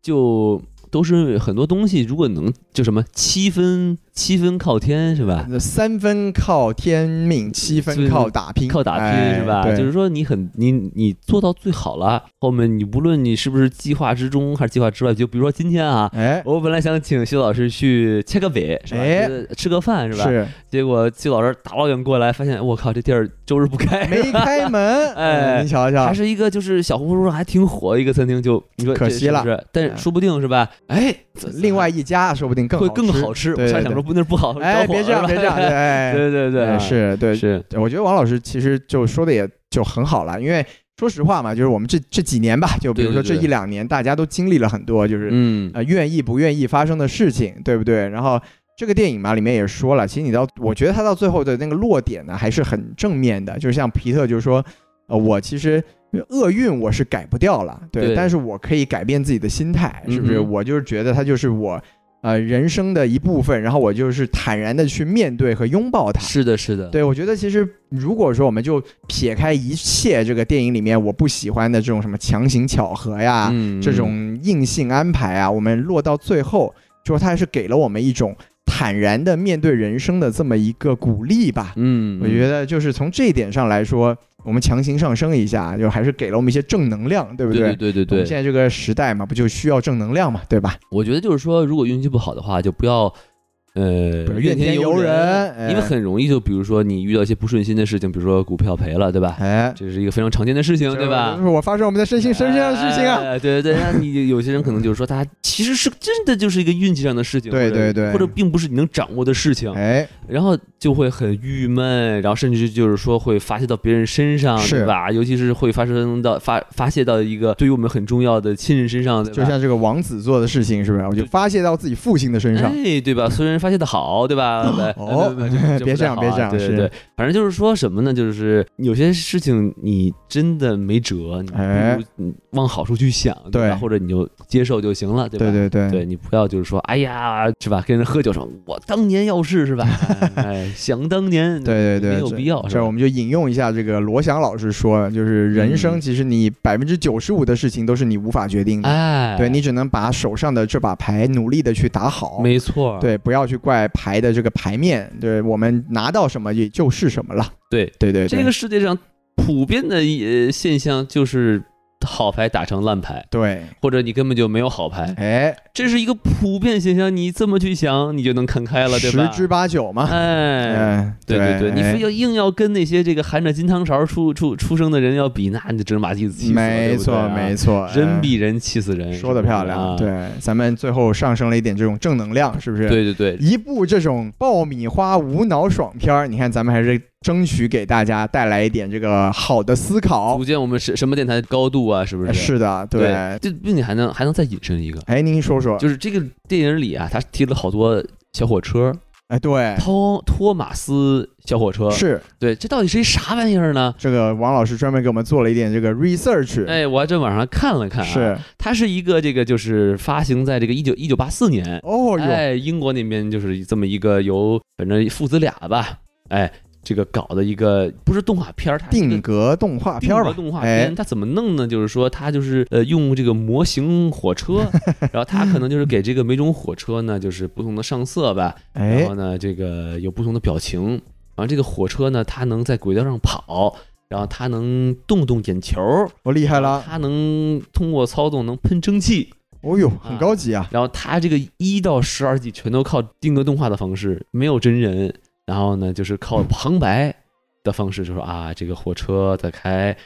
Speaker 2: 就都是很多东西，如果能就什么七分七分靠天是吧？
Speaker 1: 三分靠天命，七分靠打拼，
Speaker 2: 靠打拼
Speaker 1: 哎
Speaker 2: 是吧？
Speaker 1: 对
Speaker 2: 就是说你很你你做到最好了，后面你无论你是不是计划之中还是计划之外，就比如说今天啊，
Speaker 1: 哎，
Speaker 2: 我本来想请徐老师去切个北是吧？
Speaker 1: 哎
Speaker 2: 就是吃个饭是吧？
Speaker 1: 是
Speaker 2: 结果徐老师打老远过来，发现我靠这地儿周日不开， [laughs]
Speaker 1: 没开门，
Speaker 2: 哎
Speaker 1: 嗯你瞧瞧
Speaker 2: 还，是一个就是小红书上还挺火的一个餐厅，就你说
Speaker 1: 可
Speaker 2: 这
Speaker 1: 惜
Speaker 2: 是不
Speaker 1: 了
Speaker 2: 是但说不定是吧？哎，
Speaker 1: [laughs] 另外一家说不定更
Speaker 2: 会更好吃。我
Speaker 1: 对
Speaker 2: 才
Speaker 1: 对
Speaker 2: 想说
Speaker 1: 对，
Speaker 2: 不那不好，
Speaker 1: 哎，别这样，别这样，对，
Speaker 2: 对
Speaker 1: 哎
Speaker 2: [laughs] 对对对，
Speaker 1: 哎是对，
Speaker 2: 是，
Speaker 1: 我觉得王老师其实就说的也就很好了，因为说实话嘛，就是我们这这几年吧，就比如说
Speaker 2: 对对
Speaker 1: 这
Speaker 2: 对
Speaker 1: 一两年，大家都经历了很多，就是
Speaker 2: 嗯，
Speaker 1: 呃愿意不愿意发生的事情，对不对？然后这个电影嘛，里面也说了，其实你到我觉得他到最后的那个落点呢，还是很正面的，就是像皮特就说，呃，我其实。厄运我是改不掉了，对，
Speaker 2: 对
Speaker 1: 但是我可以改变自己的心态，是不是？
Speaker 2: 嗯哼
Speaker 1: 我就是觉得它就是我，呃，人生的一部分，然后我就是坦然的去面对和拥抱它。
Speaker 2: 是的，是的，
Speaker 1: 对，我觉得其实如果说我们就撇开一切这个电影里面我不喜欢的这种什么强行巧合呀，
Speaker 2: 嗯，
Speaker 1: 啊这种硬性安排啊，我们落到最后，就它还是给了我们一种坦然的面对人生的这么一个鼓励吧。
Speaker 2: 嗯，嗯，
Speaker 1: 我觉得就是从这一点上来说，我们强行上升一下，就还是给了我们一些正能量，对不
Speaker 2: 对对对
Speaker 1: 我
Speaker 2: 对
Speaker 1: 们现
Speaker 2: 对，
Speaker 1: 在这个时代嘛，不就需要正能量嘛，对吧？
Speaker 2: 我觉得就是说，如果运气不好的话，就不要。呃
Speaker 1: 不，是怨
Speaker 2: 怨
Speaker 1: 天尤
Speaker 2: 尤
Speaker 1: 人哎
Speaker 2: 因为很容易就比如说你遇到一些不顺心的事情，比如说股票赔了，对吧？
Speaker 1: 哎，
Speaker 2: 这是一个非常常见的事情，对吧
Speaker 1: 就？是我发生我们的身心身上的事情啊，
Speaker 2: 哎对对对，那你有些人可能就是说，他其实是真的就是一个运气上的事情，
Speaker 1: 对
Speaker 2: 或者
Speaker 1: 对对
Speaker 2: 或者并不是你能掌握的事情，
Speaker 1: 哎，
Speaker 2: 然后就会很郁闷，然后甚至就是说会发泄到别人身上，
Speaker 1: 是
Speaker 2: 对吧？尤其是会发生到发发泄到一个对于我们很重要的亲人身上，对吧？
Speaker 1: 就像这个王子做的事情，是不是？我就
Speaker 2: 对
Speaker 1: 发泄到自己父亲的身上，
Speaker 2: 哎，对吧？虽然发泄的好，
Speaker 1: [laughs]
Speaker 2: 对吧？哎
Speaker 1: 哦
Speaker 2: 哎哎
Speaker 1: [laughs]
Speaker 2: 就
Speaker 1: 别这样
Speaker 2: 就不太
Speaker 1: 别
Speaker 2: 好啊
Speaker 1: 这样
Speaker 2: 对
Speaker 1: 是
Speaker 2: 对对，反正就是说什么呢？就是有些事情你真的没辙，你
Speaker 1: 哎
Speaker 2: 不如你往好处去想，对吧？
Speaker 1: 对
Speaker 2: 或者你就接受就行了，对吧？
Speaker 1: 对对对
Speaker 2: 对你不要就是说，哎呀，是吧？跟人喝酒说，我当年要是
Speaker 1: [laughs]
Speaker 2: 是吧？哎，想当年，
Speaker 1: 对对对，
Speaker 2: 没有
Speaker 1: 这
Speaker 2: 必要是
Speaker 1: 这
Speaker 2: 吧
Speaker 1: 我们就引用一下这个罗翔老师说，就是人生
Speaker 2: 嗯
Speaker 1: 其实你百分之九十五的事情都是你无法决定的，
Speaker 2: 哎，
Speaker 1: 对你只能把手上的这把牌努力的去打好。
Speaker 2: 没错，
Speaker 1: 对，不要去怪牌的这个牌面，对我们拿到什么也就是什么了。
Speaker 2: 对，
Speaker 1: 对对对，
Speaker 2: 这个世界上普遍的呃现象就是好牌打成烂牌，
Speaker 1: 对，
Speaker 2: 或者你根本就没有好牌，
Speaker 1: 哎，
Speaker 2: 这是一个普遍现象。你这么去想，你就能看开了，对吧？
Speaker 1: 十之八九嘛。
Speaker 2: 哎。
Speaker 1: 哎，
Speaker 2: 对
Speaker 1: 对
Speaker 2: 对，你
Speaker 1: 哎
Speaker 2: 非要硬要跟那些这个含着金汤勺出出出生的人要比，那你就只能把自己气死了，
Speaker 1: 没错没
Speaker 2: 错，
Speaker 1: 错，
Speaker 2: 啊人
Speaker 1: 哎
Speaker 2: 比人气死人，
Speaker 1: 说的漂亮。
Speaker 2: 啊
Speaker 1: 对，咱们最后上升了一点这种正能量，是不是？
Speaker 2: 对对对，
Speaker 1: 一部这种爆米花无脑爽片儿，你看咱们还是争取给大家带来一点这个好的思考哎
Speaker 2: 足。见我们什什么电台的高度啊，是不是？
Speaker 1: 是的，
Speaker 2: 对
Speaker 1: 对，。嗯
Speaker 2: 这并且还能还能再引申一个，
Speaker 1: 哎，您说说，
Speaker 2: 就是这个电影里啊，他提了好多小火车，
Speaker 1: 哎，对，
Speaker 2: 托托马斯小火车，
Speaker 1: 是
Speaker 2: 对，这到底是一啥玩意儿呢？
Speaker 1: 这个王老师专门给我们做了一点这个 research，、
Speaker 2: 哎，我还真网上看了看、啊，
Speaker 1: 是
Speaker 2: 它是一个这个就是发行在这个一九一九八四年，
Speaker 1: 哦哟，
Speaker 2: 哎，英国那边就是这么一个由反正父子俩吧，哎，这个搞的一个不是动画片儿，它是一个
Speaker 1: 定格动画片儿吧，
Speaker 2: 定格动画
Speaker 1: 哎
Speaker 2: 片，，它怎么弄呢？就是说，它就是呃，用这个模型火车，
Speaker 1: [laughs]
Speaker 2: 然后它可能就是给这个每种火车呢，就是不同的上色吧，然
Speaker 1: 哎
Speaker 2: 后，呢，这个有不同的表情，然后这个火车呢，它能在轨道上跑，然后它能动动眼球，
Speaker 1: 我厉害了，
Speaker 2: 它能通过操纵能喷蒸汽，
Speaker 1: 哦哟，很高级啊，
Speaker 2: 然后它这个一到十二季全都靠定格动画的方式，没有真人，然后呢就是靠旁白的方式，就说啊这个火车在开，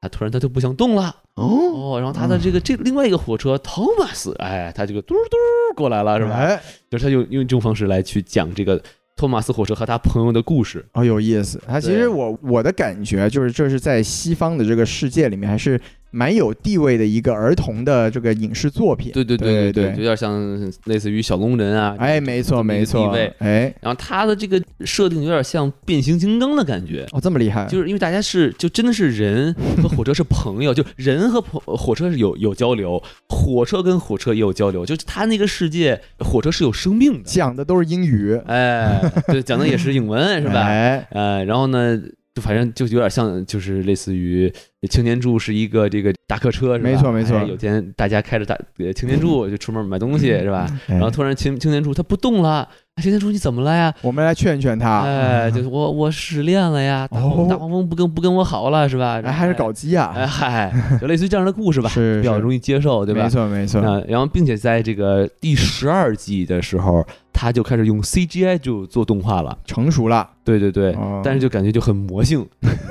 Speaker 2: 它突然它就不想动了
Speaker 1: 哦，
Speaker 2: 哦，然后它的这个这另外一个火车托马斯，哎，它这个嘟嘟过来了是吧？
Speaker 1: 哎，
Speaker 2: 就是它用用这种方式来去讲这个托马斯火车和他朋友的故事，
Speaker 1: 哦，有意思。它其实
Speaker 2: 对
Speaker 1: 我我的感觉就是，这是在西方的这个世界里面，还是蛮有地位的一个儿童的这个影视作品。
Speaker 2: 对对
Speaker 1: 对
Speaker 2: 对，有点像类似于小龙人啊。
Speaker 1: 哎，没错
Speaker 2: 这么一个
Speaker 1: 没错
Speaker 2: 地位，
Speaker 1: 哎，
Speaker 2: 然后它的这个设定有点像变形金刚的感觉，
Speaker 1: 哦，这么厉害，
Speaker 2: 就是因为大家是就真的是人和火车是朋友，就 [laughs] 人和火火车是有有交流，火车跟火车也有交流，就是他那个世界火车是有生命的，
Speaker 1: 讲的都是英语，
Speaker 2: 哎，对，讲的也是英文是吧？
Speaker 1: 哎，
Speaker 2: 呃，然后呢，就反正就有点像，就是类似于青年柱是一个这个大客车是吧？
Speaker 1: 没错没错
Speaker 2: 哎有天大家开着大呃青年柱就出门买东西
Speaker 1: 嗯
Speaker 2: 是吧？
Speaker 1: 然
Speaker 2: 然后突然青青年柱他不动了，哎青年柱你怎么了呀？
Speaker 1: 哎我们来劝劝他，
Speaker 2: 哎，就是我我失恋了呀，大黄、
Speaker 1: 啊哦
Speaker 2: 大黄蜂不跟不跟我好了是吧？
Speaker 1: 哎，还是搞基啊，[laughs]
Speaker 2: 哎嗨，就类似于这样的故事吧，
Speaker 1: 是
Speaker 2: 比较
Speaker 1: 是
Speaker 2: 容易接受，对吧？
Speaker 1: 没。错没错，
Speaker 2: 啊，然后并且在这个第十二季的时候，他就开始用 CGI 就做动画了。
Speaker 1: 成熟了，
Speaker 2: 对对对，
Speaker 1: 哦
Speaker 2: 但是就感觉就很
Speaker 1: [laughs]
Speaker 2: 魔性，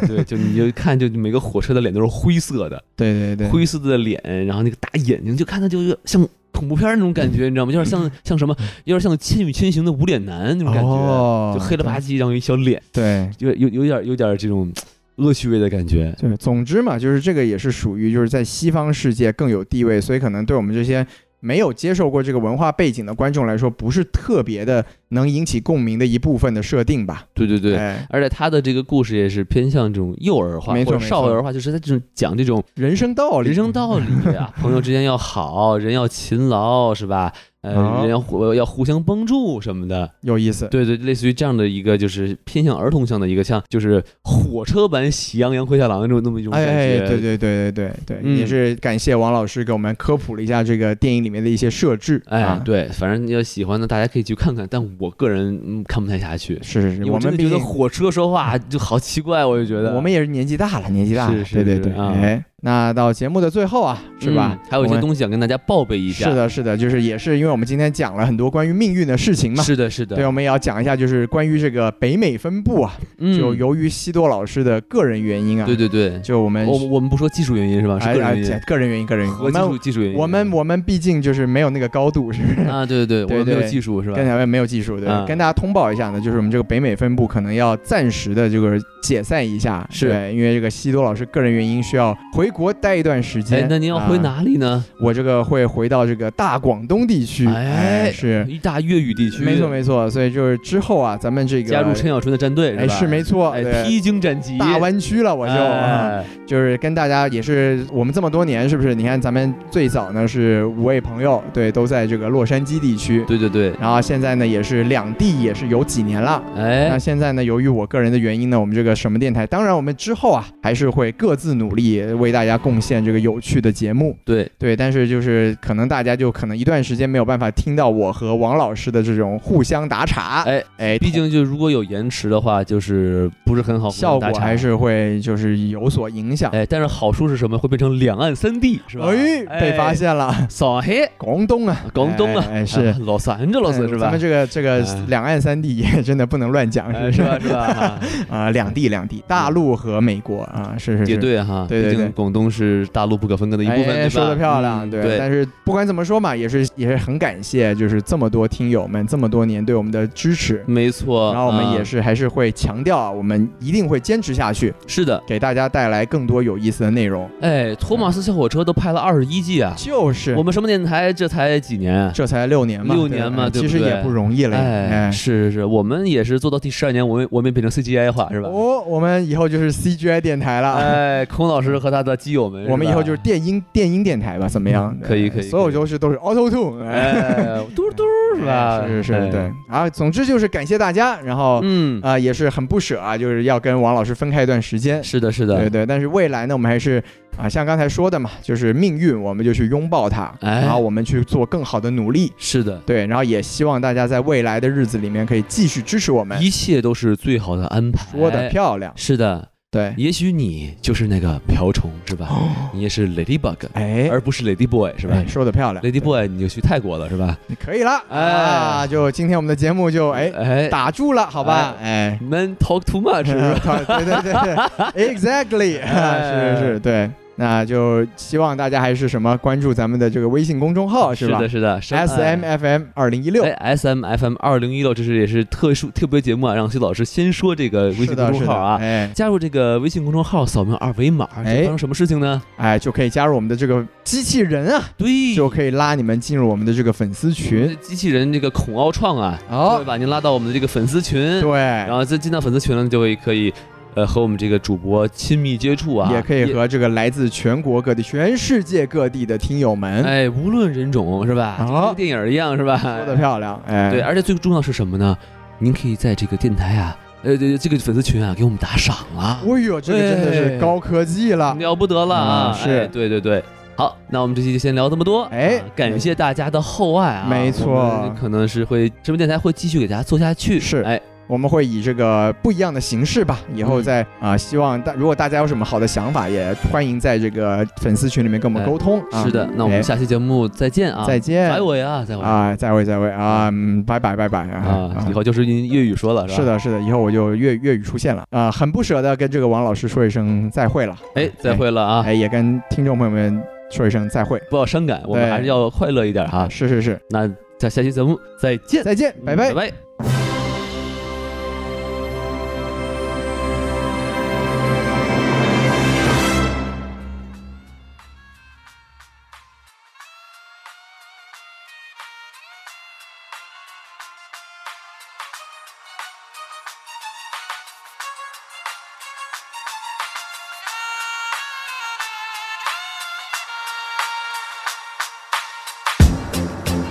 Speaker 2: 对，就你就看就每个火车的脸都是灰色的，
Speaker 1: 对对对，
Speaker 2: 灰色的脸，然后那个大眼睛，就看他就有点像恐怖片那种感
Speaker 1: 嗯
Speaker 2: 觉，你知道吗？有点像像什么，有点像《千与千寻》的无脸男那种感觉，
Speaker 1: 哦
Speaker 2: 就黑了吧唧，然后一小脸，
Speaker 1: 对。
Speaker 2: 有有有点有点这种恶趣味的感觉。
Speaker 1: 对，总之嘛，就是这个也是属于就是在西方世界更有地位，所以可能对我们这些没有接受过这个文化背景的观众来说，不是特别的能引起共鸣的一部分的设定吧。
Speaker 2: 对对对，
Speaker 1: 哎、
Speaker 2: 而且他的这个故事也是偏向这种幼儿化
Speaker 1: 没
Speaker 2: 或
Speaker 1: 错
Speaker 2: 者
Speaker 1: 没
Speaker 2: 少
Speaker 1: 错
Speaker 2: 儿化，就是他这种讲这种
Speaker 1: 人生道理，
Speaker 2: 人生道理
Speaker 1: [laughs]
Speaker 2: 啊，朋友之间要好，人要勤劳，是吧？呃，
Speaker 1: 啊
Speaker 2: 人要互要互相帮助什么的。
Speaker 1: 有意思。
Speaker 2: 对对，类似于这样的一个就是偏向儿童向的一个像就是火车版《喜羊羊灰太狼》那种那么一种
Speaker 1: 哎
Speaker 2: 感觉。
Speaker 1: 哎，对对对对对对，
Speaker 2: 嗯
Speaker 1: 也是感谢王老师给我们科普了一下这个电影里面的一些设置。
Speaker 2: 哎
Speaker 1: 啊，
Speaker 2: 对，反正要喜欢的大家可以去看看，但我个人嗯看不太下去，
Speaker 1: 是是
Speaker 2: 因
Speaker 1: 是，
Speaker 2: 为
Speaker 1: 我
Speaker 2: 真
Speaker 1: 们
Speaker 2: 的
Speaker 1: 毕
Speaker 2: 觉得
Speaker 1: 竟
Speaker 2: 火车说话就好奇怪，我就觉得
Speaker 1: 我们也是年纪大了，年纪大了，
Speaker 2: 是是
Speaker 1: 对
Speaker 2: 是
Speaker 1: 对对。
Speaker 2: 啊
Speaker 1: 哎，那到节目的最后啊，是吧？
Speaker 2: 嗯还有一
Speaker 1: 我
Speaker 2: 些
Speaker 1: 们
Speaker 2: 东西想跟大家报备一下。
Speaker 1: 是，的，是的，就是也是因为我们今天讲了很多关于命运的事情嘛。
Speaker 2: 是的，是
Speaker 1: 对，
Speaker 2: 的，
Speaker 1: 我们也要讲一下，就是关于这个北美分布啊，
Speaker 2: 嗯，
Speaker 1: 就由于西多老师的个人原因啊，
Speaker 2: 对对对，
Speaker 1: 就我们
Speaker 2: 我我们不说技术原因是吧？是
Speaker 1: 哎
Speaker 2: 个
Speaker 1: 哎
Speaker 2: 人原
Speaker 1: 这个人原因，个人
Speaker 2: 因，
Speaker 1: 原因，我
Speaker 2: 和技术
Speaker 1: 们
Speaker 2: 技术原因。
Speaker 1: 我们我们毕竟就是没有那个高度，是不是？
Speaker 2: 啊，对对
Speaker 1: 对
Speaker 2: 我们没
Speaker 1: 对
Speaker 2: 有技术是吧哎
Speaker 1: 跟？台湾没有技术，对，
Speaker 2: 嗯
Speaker 1: 跟大家通报一下呢，就是我们这个北美分部可能要暂时的这个解散一下，
Speaker 2: 是
Speaker 1: 对，因为这个西多老师个人原因需要回国待一段时间。
Speaker 2: 哎，那您要回
Speaker 1: 啊
Speaker 2: 哪里呢？
Speaker 1: 我这个会回到这个大广东地区，
Speaker 2: 哎
Speaker 1: 是
Speaker 2: 一大粤语地区，
Speaker 1: 没错没错，所以就是之后啊，咱们这个
Speaker 2: 加入陈小春的战队
Speaker 1: 哎
Speaker 2: 吧？
Speaker 1: 是没错，
Speaker 2: 哎，
Speaker 1: 对
Speaker 2: 披荆斩棘，
Speaker 1: 大湾区了，我就、啊
Speaker 2: 哎
Speaker 1: 就是跟大家也是我们这么多年，是不是？你看咱们最早呢是五位朋友，对，都在这个洛杉矶地区，
Speaker 2: 对对对，
Speaker 1: 然后现在呢也是两地也是有几年了。那
Speaker 2: 哎，
Speaker 1: 现在呢，由于我个人的原因呢，我们这个什么电台，当然我们之后啊还是会各自努力为大家贡献这个有趣的节目，
Speaker 2: 对，
Speaker 1: 对。但是就是可能大家就可能一段时间没有办法听到我和王老师的这种互相打岔，
Speaker 2: 哎，
Speaker 1: 哎，
Speaker 2: 毕竟就如果有延迟的话，就是不是很好，
Speaker 1: 效果还
Speaker 2: 是。
Speaker 1: 是会就是有所影响。
Speaker 2: 哎，但是好处是什么？会变成两岸三地，是吧？
Speaker 1: 哎，被发，现
Speaker 2: [laughs]
Speaker 1: 了，
Speaker 2: 上海、
Speaker 1: 广东啊，
Speaker 2: 广东啊，
Speaker 1: 哎哎是
Speaker 2: 啊。老三这老
Speaker 1: 哎
Speaker 2: 是
Speaker 1: 咱
Speaker 2: 吧
Speaker 1: 们？这个这个
Speaker 2: 哎
Speaker 1: 两岸三地也真的不能乱讲，
Speaker 2: 哎
Speaker 1: [laughs] 是
Speaker 2: 是
Speaker 1: 不
Speaker 2: 吧？是吧？嗯
Speaker 1: 啊，两地两地，大陆和美国啊，是是
Speaker 2: 也
Speaker 1: 是，
Speaker 2: 对哈，
Speaker 1: 对对
Speaker 2: 毕竟
Speaker 1: 对
Speaker 2: 广广东是大陆不可分割的一部分，
Speaker 1: 哎、
Speaker 2: 对
Speaker 1: 说的
Speaker 2: 吧？
Speaker 1: 漂亮，
Speaker 3: 嗯
Speaker 1: 对。
Speaker 2: 对
Speaker 1: 但是不管怎么说嘛，也是也是很感谢，就是这么多听友们这么多年对我们的支持。
Speaker 2: 没错。
Speaker 1: 然后我们
Speaker 2: 啊
Speaker 1: 也是还是会强调啊，我们一定会坚持下去，
Speaker 2: 是的，
Speaker 1: 给大家带来更多有意思的内容。
Speaker 2: 哎，托马斯小火车都拍了二十一季啊，
Speaker 1: 就是
Speaker 2: 我们什么电台这才几年啊？
Speaker 1: 这才六年嘛，
Speaker 2: 六
Speaker 1: 对
Speaker 2: 年嘛
Speaker 1: 哎
Speaker 2: 对
Speaker 1: 其
Speaker 2: 不
Speaker 1: 实也
Speaker 2: 对
Speaker 1: 不容易了。
Speaker 2: 哎，
Speaker 1: 哎，
Speaker 2: 是是是，我们也是做到第十二年，我们我们也变成 CGI 化是吧？
Speaker 1: 哦，我们以后就是 CGI 电台了。
Speaker 2: 哎，孔老师和他的基友
Speaker 1: [laughs]
Speaker 2: 们，
Speaker 1: 我们以后就是是电音电音电台吧，怎么样？
Speaker 2: 嗯可
Speaker 1: 对
Speaker 2: 以可以
Speaker 1: 所
Speaker 2: 可
Speaker 1: 有
Speaker 2: 以
Speaker 1: 都是都是 Auto Tune，
Speaker 2: 吧哎，嘟
Speaker 1: [laughs]
Speaker 2: 嘟 [laughs] 是吧？
Speaker 1: 是是
Speaker 2: 哎
Speaker 1: 是，对。啊，总之就是感谢大家，然后
Speaker 2: 嗯，
Speaker 1: 啊也是很不舍啊，就是要跟王老师分开一段时间。
Speaker 2: 是的，是
Speaker 1: 对
Speaker 2: 的，
Speaker 1: 对，但是未来呢，我们还是啊，像刚才说的嘛，就是命运，我们就去拥抱它，
Speaker 2: 哎
Speaker 1: 然后我们去做更好的努力。
Speaker 2: 是的，
Speaker 1: 对，然后也希望大家在未来的日子里面可以继续支持我们。
Speaker 2: 一切都是最好的安排。
Speaker 1: 说的漂亮，
Speaker 2: 是的，
Speaker 1: 对，
Speaker 2: 也许你就是那个瓢虫是吧？你也是 Ladybug，
Speaker 1: 哦哎，
Speaker 2: 而不是 Lady Boy 是吧
Speaker 1: 哎说的漂亮
Speaker 2: ？Lady Boy 你就去泰国了是吧？
Speaker 1: 对可以了，
Speaker 2: 哎
Speaker 1: 啊，就今天我们的节目就哎
Speaker 2: 哎
Speaker 1: 打住了，好吧，哎，
Speaker 2: ，Man talk too much 是吧？
Speaker 1: [laughs] 对对对
Speaker 2: [laughs]
Speaker 1: 对，exactly，啊
Speaker 2: 哎
Speaker 1: 是是，对，那就希望大家还是什么关注咱们的这个微信公众号
Speaker 2: 哦是
Speaker 1: 吧
Speaker 2: 的，是的深爱
Speaker 1: ？S M F M 二零一六，
Speaker 2: 哎，S M F M 二零一六，这是也是特殊特别节目啊，让崔老师先说这个微
Speaker 1: 是
Speaker 2: 信
Speaker 1: 的
Speaker 2: 公
Speaker 1: 是
Speaker 2: 众
Speaker 1: 的
Speaker 2: 号啊。
Speaker 1: 哎
Speaker 2: 加入这个微信公众号，扫描二维码，
Speaker 1: 哎
Speaker 2: 这发生什么事情呢？
Speaker 1: 哎，就可以加入我们的这个机器人啊，
Speaker 2: 对，
Speaker 1: 就可以拉你们进入我们的这个粉丝群。
Speaker 2: 机器人这个孔奥创啊，
Speaker 1: 哦
Speaker 2: 会把您拉到我们的这个粉丝群，
Speaker 1: 对，
Speaker 2: 然后再进到粉丝群了，就会可以，呃，和我们这个主播亲密接触啊，
Speaker 1: 也可以和这个来自全国各地、全世界各地的听友们，
Speaker 2: 哎，无论人种是吧？
Speaker 1: 哦
Speaker 2: 就跟电影一样是吧？
Speaker 1: 说的漂亮，哎，
Speaker 2: 对，而且最重要是什么呢？您可以在这个电台啊，呃，这这个粉丝群啊，给我们打赏啊，
Speaker 1: 哎呦，这个真的是
Speaker 2: 哎
Speaker 1: 高科技了。
Speaker 2: 了不得了啊！
Speaker 1: 嗯是
Speaker 2: 哎对对对。好，那我们这期就先聊这么多。
Speaker 1: 哎
Speaker 2: 啊感谢大家的厚爱啊！
Speaker 1: 没错
Speaker 2: 我们可能是会直播电台会继续给大家做下去。
Speaker 1: 是
Speaker 2: 哎，
Speaker 1: 我们会以这个不一样的形式吧，以后
Speaker 2: 嗯
Speaker 1: 再啊、希望大如果大家有什么好的想法，也欢迎在这个粉丝群里面跟我们
Speaker 2: 哎
Speaker 1: 沟通。啊
Speaker 2: 是的，那我
Speaker 1: 哎
Speaker 2: 们下期节目再见啊！
Speaker 1: 再见
Speaker 2: 再会啊！再会
Speaker 1: 啊，再会再会啊，嗯，拜拜拜拜
Speaker 2: 啊！以后就是用粤语说了，
Speaker 1: 是
Speaker 2: 吧？
Speaker 1: 的，是的，以后我就粤粤语出现了啊、很不舍得跟这个王老师说一声再会了，
Speaker 2: 哎，再会了啊！
Speaker 1: 哎，也跟听众朋友们说一声再会，
Speaker 2: 不要伤感，我们
Speaker 1: 对
Speaker 2: 还是要快乐一点啊！
Speaker 1: 是是是，
Speaker 2: 那在下期节目再见，
Speaker 1: 再见，拜拜
Speaker 2: 拜。拜。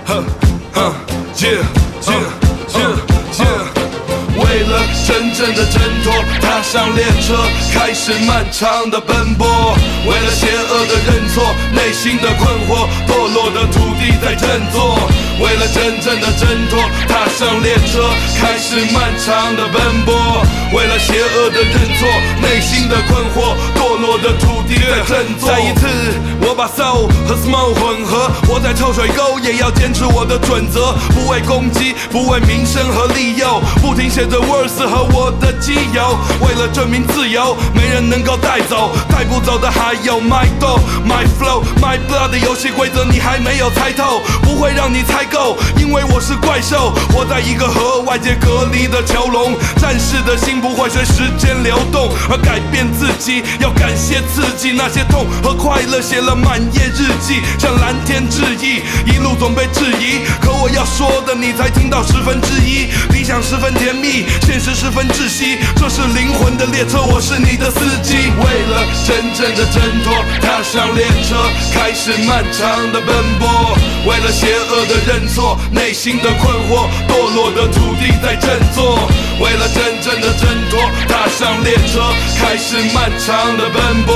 Speaker 4: Uh, Yeah, yeah, yeah, yeah 为了真正的挣脱，踏上列车，开始漫长的奔波。为了邪恶的认错，内心的困惑，堕落的土地在振作。为了真正的挣脱，踏上列车，开始漫长的奔波。为了邪恶的认错，内心的困惑，堕落的土地在振作。再一次，我把 soul 和 smoke 混合，活在臭水沟，也要坚持我的准则，不为攻击，不为名声和利诱，不停写着 words 和我的基友，为了证明自由，没人能够带走，带不走的还有 my dough、my flow、my blood 的游戏规则你还没有猜透，不会让你猜够，因为我是怪兽，活在一个和外界隔离的囚笼，战士的心不会随时间流动，而改变自己，要感谢刺激那些痛和快乐，写了满页日记，向蓝天致意，一路总被质疑，可我要说的你才听到十分之一，理想十分甜蜜，现实十分窒息，这是灵魂的列车，我是你的司机，为了真正的挣脱，踏上列车，开始漫长的奔波，为了邪恶的认错，内心的困惑，堕落的土地在振作，为了真正的挣脱，踏上列车，开始漫长的奔波，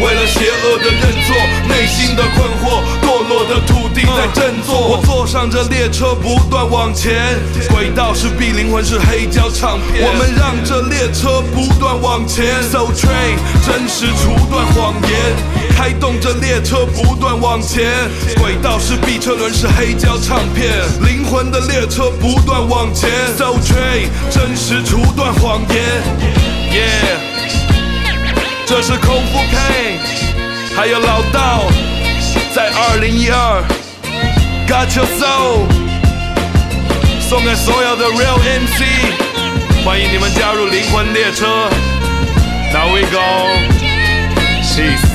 Speaker 4: 为了邪恶的认错，内心的困惑，堕落的土地在振作。我坐上这列车，不断往前，轨道是壁，灵魂是黑胶唱片。我们让这列车不断往前，So train，真实除断谎言。开动这列车不断往前，轨道是壁，车轮是黑胶唱片，灵魂的列车不断往前，So train，真实除断谎言，Yeah，这是空腹 K，还有老道，在二零一二，Got Your Soul，送给所有的 Real MC，欢迎你们加入灵魂列车。Now we go，peace。